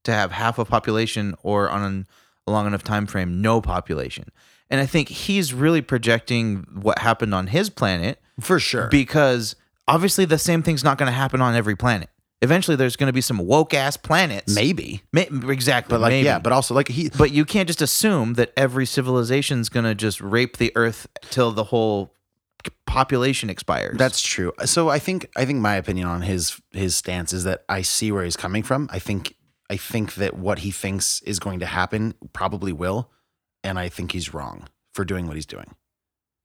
S2: to have half a population or on an, a long enough time frame no population. And I think he's really projecting what happened on his planet
S1: For sure.
S2: because obviously the same thing's not going to happen on every planet. Eventually there's going to be some woke ass planets.
S1: Maybe.
S2: May- exactly.
S1: But like
S2: maybe.
S1: yeah, but also like he
S2: But you can't just assume that every civilization's gonna just rape the Earth till the whole population expires.
S1: That's true. So I think I think my opinion on his his stance is that I see where he's coming from. I think I think that what he thinks is going to happen probably will, and I think he's wrong for doing what he's doing.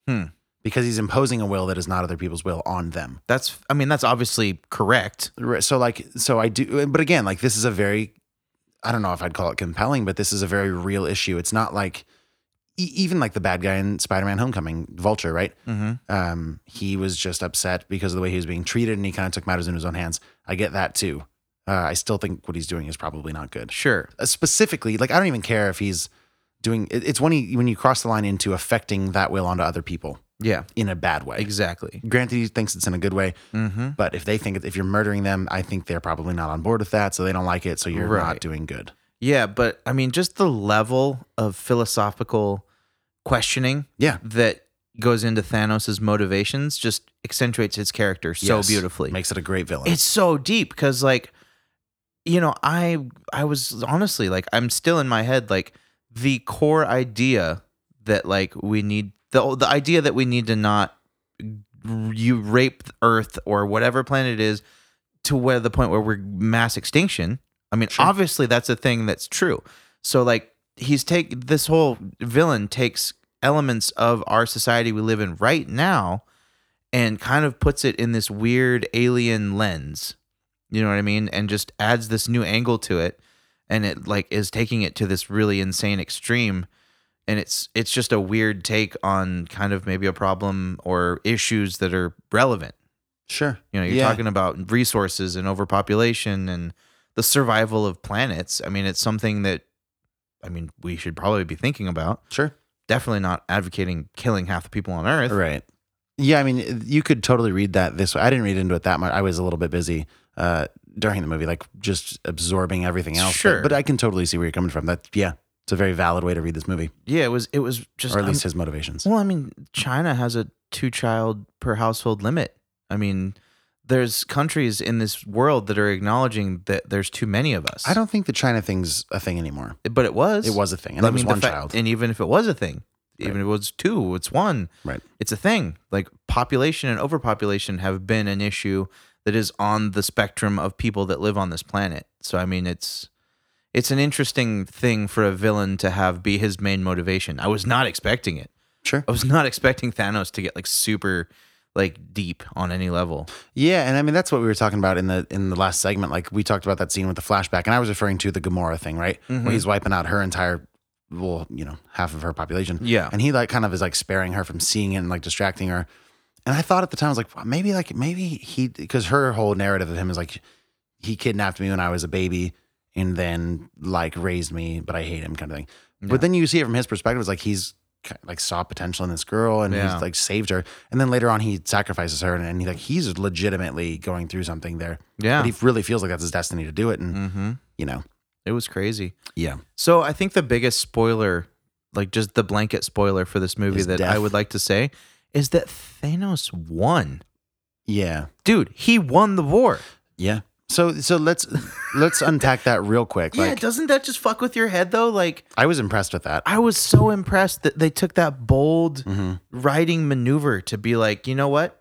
S2: Hmm.
S1: Because he's imposing a will that is not other people's will on them.
S2: That's I mean that's obviously correct.
S1: Right, So like so I do but again like this is a very I don't know if I'd call it compelling but this is a very real issue. It's not like e- even like the bad guy in Spider-Man Homecoming, Vulture, right?
S2: Mm-hmm.
S1: um, he was just upset because of the way he was being treated and he kind of took matters into his own hands. I get that too. Uh, I still think what he's doing is probably not good.
S2: Sure.
S1: Uh, specifically, like I don't even care if he's doing it- it's when he when you cross the line into affecting that will onto other people
S2: Yeah.
S1: in a bad way.
S2: Exactly.
S1: Granted, he thinks it's in a good way,
S2: Mm-hmm.
S1: but if they think it- if you're murdering them, I think they're probably not on board with that, so they don't like it. So you're
S2: Right.
S1: not doing good.
S2: Yeah, but I mean just the level of philosophical questioning
S1: Yeah,
S2: that goes into Thanos' motivations just accentuates his character so
S1: Yes.
S2: beautifully.
S1: makes it a great villain.
S2: it's so deep because like you know i i was honestly like i'm still in my head like the core idea that like we need the the idea that we need to not r- you rape earth or whatever planet it is to where the point where we're mass extinction i mean obviously that's a thing that's true so like he's take this whole villain takes elements of our society we live in right now and kind of puts it in this weird alien lens. You know what I mean? And just adds this new angle to it and it like is taking it to this really insane extreme and it's it's just a weird take on kind of maybe a problem or issues that are relevant.
S1: sure.
S2: You know, you're
S1: Yeah.
S2: talking about resources and overpopulation and the survival of planets. I mean, it's something that I mean, we should probably be thinking about.
S1: sure.
S2: Definitely not advocating killing half the people on Earth.
S1: Right. Yeah, I mean, you could totally read that this way. I didn't read into it that much. I was a little bit busy uh, during the movie, like just absorbing everything else. But-
S2: Sure.
S1: But, I can totally see where you're coming from. That yeah, it's a very valid way to read this movie,
S2: Yeah, it was it was just
S1: or at
S2: I'm-
S1: least his motivations.
S2: Well, I mean, China has a two child per household limit. I mean, there's countries in this world that are acknowledging that there's too many of us.
S1: I don't think the China thing's a thing anymore.
S2: but it was.
S1: It was a thing, and
S2: I
S1: it was
S2: mean, the
S1: one
S2: fact-
S1: child.
S2: And even if it was a thing, even if it was two, it's one.
S1: Right.
S2: It's a thing. Like population and overpopulation have been an issue that is on the spectrum of people that live on this planet. So I mean, it's it's an interesting thing for a villain to have be his main motivation. I was not expecting it.
S1: Sure.
S2: I was not expecting Thanos to get like super like deep on any level.
S1: Yeah, and I mean that's what we were talking about in the in the last segment. Like we talked about that scene with the flashback, and I was referring to the Gamora thing, right? Where he's wiping out her entire, well, you know, half of her population.
S2: Yeah.
S1: and he like kind of is like sparing her from seeing it and like distracting her. And I thought at the time I was like, wow, maybe like maybe he because her whole narrative of him is like he kidnapped me when I was a baby and then like raised me, but I hate him kind of thing. But then you see it from his perspective, it's like he's ki- like saw potential in this girl and
S2: Yeah.
S1: he's like saved her. And then later on he sacrifices her and, and he like he's legitimately going through something there.
S2: Yeah.
S1: But he really feels like that's his destiny to do it. And
S2: Mm-hmm.
S1: you know.
S2: It was crazy.
S1: Yeah.
S2: So I think the biggest spoiler, like just the blanket spoiler for this movie
S1: Is
S2: that
S1: death.
S2: I would like to say, is that Thanos won.
S1: Yeah.
S2: Dude, he won the war.
S1: Yeah. So so let's let's unpack that real quick.
S2: yeah,
S1: Like
S2: doesn't that just fuck with your head though? Like
S1: I was impressed with that.
S2: I was so impressed that they took that bold
S1: Mm-hmm.
S2: riding maneuver to be like, you know what?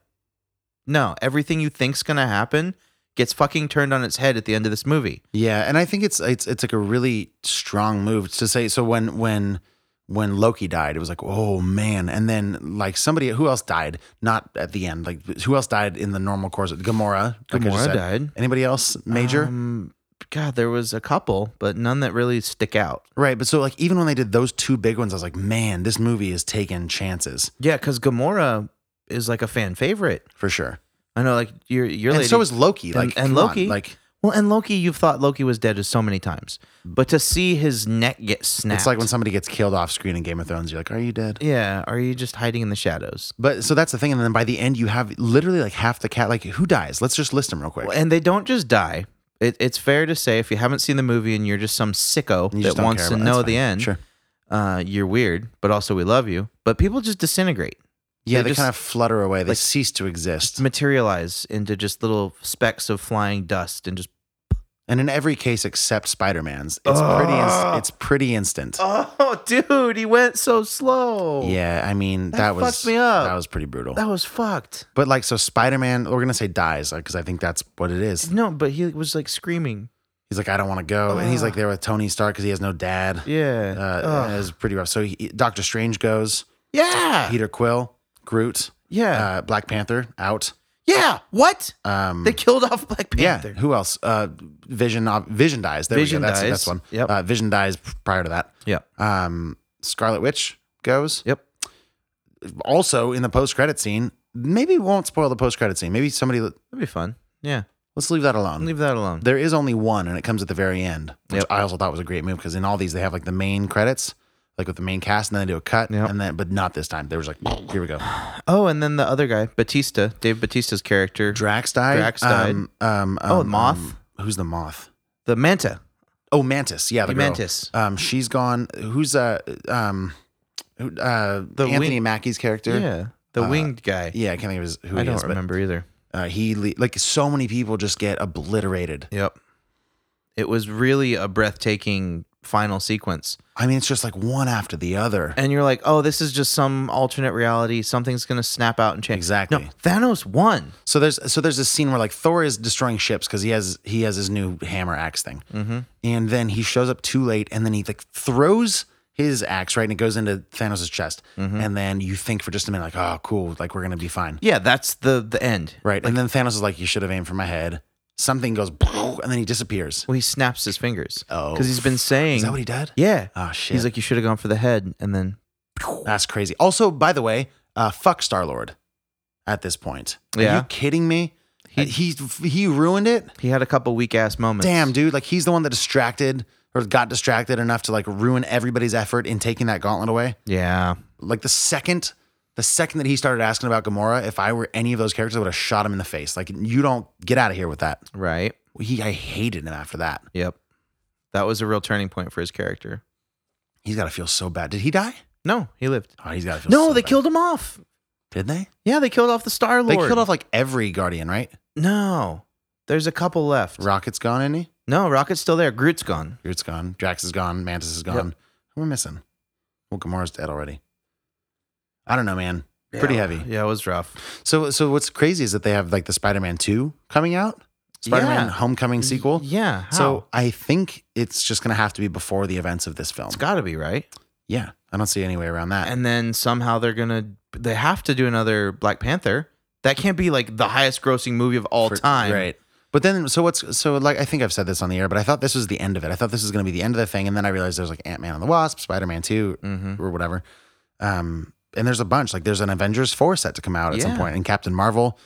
S2: No, everything you think's gonna happen gets fucking turned on its head at the end of this movie.
S1: Yeah, and I think it's it's it's like a really strong move to say. So when when when Loki died, it was like, oh man, and then like somebody who else died, not at the end, like who else died in the normal course? Gamora. like I just
S2: Gamora
S1: said.
S2: died.
S1: Anybody else major?
S2: Um, God, there was a couple, but none that really stick out.
S1: right, but so like even when they did those two big ones, I was like, man, this movie is taking chances
S2: Yeah, because Gamora is like a fan favorite.
S1: for sure.
S2: I know, like you're you're
S1: and so is Loki. Like
S2: and,
S1: come on,
S2: Loki.
S1: like
S2: well, and Loki, you've thought Loki was dead so many times, but to see his neck get snapped,
S1: it's like when somebody gets killed off screen in Game of Thrones, you're like, are you dead?
S2: yeah, are you just hiding in the shadows?
S1: But so that's the thing, and then by the end, you have literally like half the cat. Like who dies? Let's just list them real quick.
S2: And they don't just die. It, it's fair to say if you haven't seen the movie and you're just some sicko
S1: You just
S2: that
S1: don't
S2: wants
S1: care
S2: to
S1: about- that's
S2: know the
S1: fine.
S2: end,
S1: Sure.
S2: uh, you're weird, but also we love you. But people just disintegrate,
S1: Yeah,
S2: They
S1: they
S2: just-
S1: kind of flutter away. They cease to exist.
S2: materialize into just little specks of flying dust, and just [LAUGHS]
S1: And in every case except Spider-Man's, it's pretty ins- it's pretty instant.
S2: oh, dude, he went so slow.
S1: Yeah, I mean, that, was
S2: fucked Oh. me up.
S1: that was pretty brutal.
S2: that was fucked.
S1: but like so Spider-Man, we're going to say dies like cuz I think that's what it is.
S2: No, but he was like screaming.
S1: He's like I don't want to go and he's like there with Tony Stark cuz he has no dad.
S2: Yeah.
S1: Uh, it was pretty rough. So he, Doctor Strange goes,
S2: yeah.
S1: Peter Quill, Groot,
S2: yeah.
S1: uh, Black Panther out.
S2: yeah. What?
S1: Um
S2: they killed off Black
S1: yeah,
S2: Panther.
S1: who else? Uh, Vision. Uh, Vision dies. There
S2: Vision
S1: we go. That's,
S2: dies.
S1: that's one.
S2: Yep.
S1: Uh, Vision dies prior to that.
S2: Yeah.
S1: um, Scarlet Witch goes.
S2: Yep.
S1: Also, in the post credit scene, maybe we won't spoil the post credit scene. Maybe somebody
S2: That'd be fun. Yeah.
S1: let's leave that alone.
S2: Leave that alone.
S1: there is only one, and it comes at the very end, which
S2: Yep.
S1: I also thought was a great move because in all these they have like the main credits, like with the main cast, and then they do a cut,
S2: Yep.
S1: and then but not this time. They were just like, here we go.
S2: Oh, and then the other guy, Batista, Dave Batista's character,
S1: Drax died.
S2: Drax died.
S1: Um, um,
S2: Oh,
S1: um,
S2: Moth.
S1: um, who's the moth?
S2: the Manta.
S1: Oh, Mantis. Yeah, the girl.
S2: Mantis.
S1: Um, she's gone. Who's uh um, who, uh,
S2: The
S1: Anthony
S2: wing-
S1: Mackie's character?
S2: Yeah, the winged guy.
S1: Yeah, I can't think of his, who
S2: I
S1: Uh, he
S2: don't
S1: is, but-
S2: remember either.
S1: Uh, he le- like so many people just get obliterated.
S2: Yep. It was really a breathtaking final sequence,
S1: I mean, it's just like one after the other.
S2: and you're like, "Oh, this is just some alternate reality. Something's gonna snap out and change."
S1: Exactly.
S2: No, Thanos won.
S1: So there's so there's this scene where like Thor is destroying ships because he has he has his new hammer axe thing, mm-hmm. and then he shows up too late, and then he like throws his axe right, and it goes into Thanos' chest,
S2: Mm-hmm.
S1: and then you think for just a minute like, oh, cool, like we're gonna be fine,
S2: Yeah, that's the the end.
S1: right? and then Thanos is like, you should have aimed for my head. Something goes, and then he disappears.
S2: Well, he snaps his fingers.
S1: Oh.
S2: because he's been saying.
S1: Is that what he did?
S2: Yeah.
S1: Oh, shit.
S2: He's like, "You should have gone for the head," and then
S1: That's crazy. Also, by the way, uh, fuck Star Lord. At this point, are
S2: Yeah.
S1: you kidding me? He, he he ruined it.
S2: he had a couple weak ass moments.
S1: Damn, dude! Like he's the one that distracted or got distracted enough to like ruin everybody's effort in taking that gauntlet away.
S2: Yeah.
S1: Like the second, the second that he started asking about Gamora, if I were any of those characters, I would have shot him in the face. Like you don't get out of here with that.
S2: Right.
S1: He, I hated him after that.
S2: Yep. That was a real turning point for his character.
S1: He's got to feel so bad. Did he die?
S2: No, he lived.
S1: Oh, he's got to feel.
S2: No,
S1: so
S2: they
S1: bad.
S2: killed him off.
S1: Did they?
S2: Yeah, they killed off the Star Lord.
S1: They killed off like every Guardian, right?
S2: No, there's a couple left.
S1: Rocket's gone, isn't he?
S2: No, Rocket's still there. Groot's gone.
S1: Groot's gone. Drax is gone. Mantis is gone. Who am I missing? Well, Gamora's dead already. I don't know, man. Pretty heavy.
S2: Yeah, it was rough.
S1: So so what's crazy is that they have like the Spider-Man 2 coming out. Spider-Man
S2: Yeah.
S1: Homecoming sequel.
S2: Yeah. How?
S1: So I think it's just going to have to be before the events of this film.
S2: it's got to be right.
S1: yeah. I don't see any way around that.
S2: And then somehow they're gonna they have to do another Black Panther. That can't be like the highest grossing movie of all
S1: For-
S2: time.
S1: Right. But then so what's so like I think I've said this on the air, but I thought this was the end of it. I thought this was going to be the end of the thing and then I realized there's like Ant-Man and the Wasp, Spider-Man 2
S2: Mhm.
S1: or whatever. Um and there's a bunch like there's an Avengers 4 set to come out at some
S2: Yeah.
S1: point and Captain Marvel.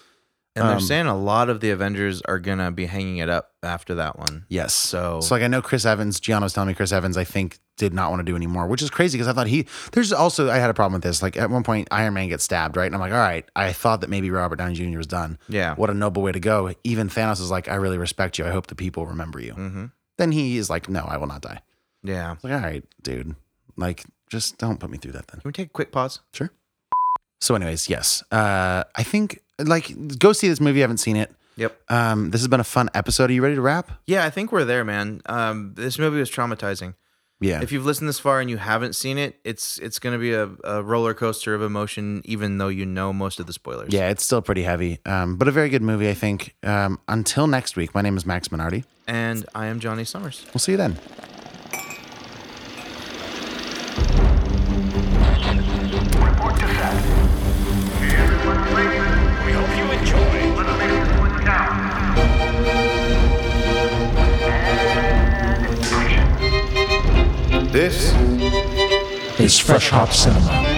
S2: And they're
S1: Um,
S2: saying a lot of the Avengers are gonna be hanging it up after that one.
S1: Yes.
S2: So-
S1: so like I know Chris Evans, Gianna was telling me Chris Evans, I think, did not want to do anymore, which is crazy because I thought he there's also I had a problem with this. Like at one point Iron Man gets stabbed, right? And I'm like, all right, I thought that maybe Robert Downey Jr. was done.
S2: Yeah.
S1: What a noble way to go. Even Thanos is like, I really respect you. I hope the people remember you.
S2: Mm-hmm.
S1: Then he is like, No, I will not die.
S2: Yeah. Can
S1: It's like, all right, dude. Like, just don't put me through that then.
S2: we take a quick pause?
S1: Sure. So, anyways, yes. Uh I think like go see this movie. I haven't seen it.
S2: Yep.
S1: Um, this has been a fun episode. Are you ready to wrap?
S2: Yeah, I think we're there, man. Um, this movie was traumatizing.
S1: Yeah.
S2: If you've listened this far and you haven't seen it, it's it's gonna be a, a roller coaster of emotion, even though you know most of the spoilers.
S1: Yeah, it's still pretty heavy, um, but a very good movie, I think. Um, until next week, my name is Max Minardi.
S2: And I am Johnny Summers.
S1: We'll see you then.
S4: Report to set. Everyone ready? We hope you enjoy. Let's make this one count. And action.
S5: This
S6: is Fresh Hop Cinema.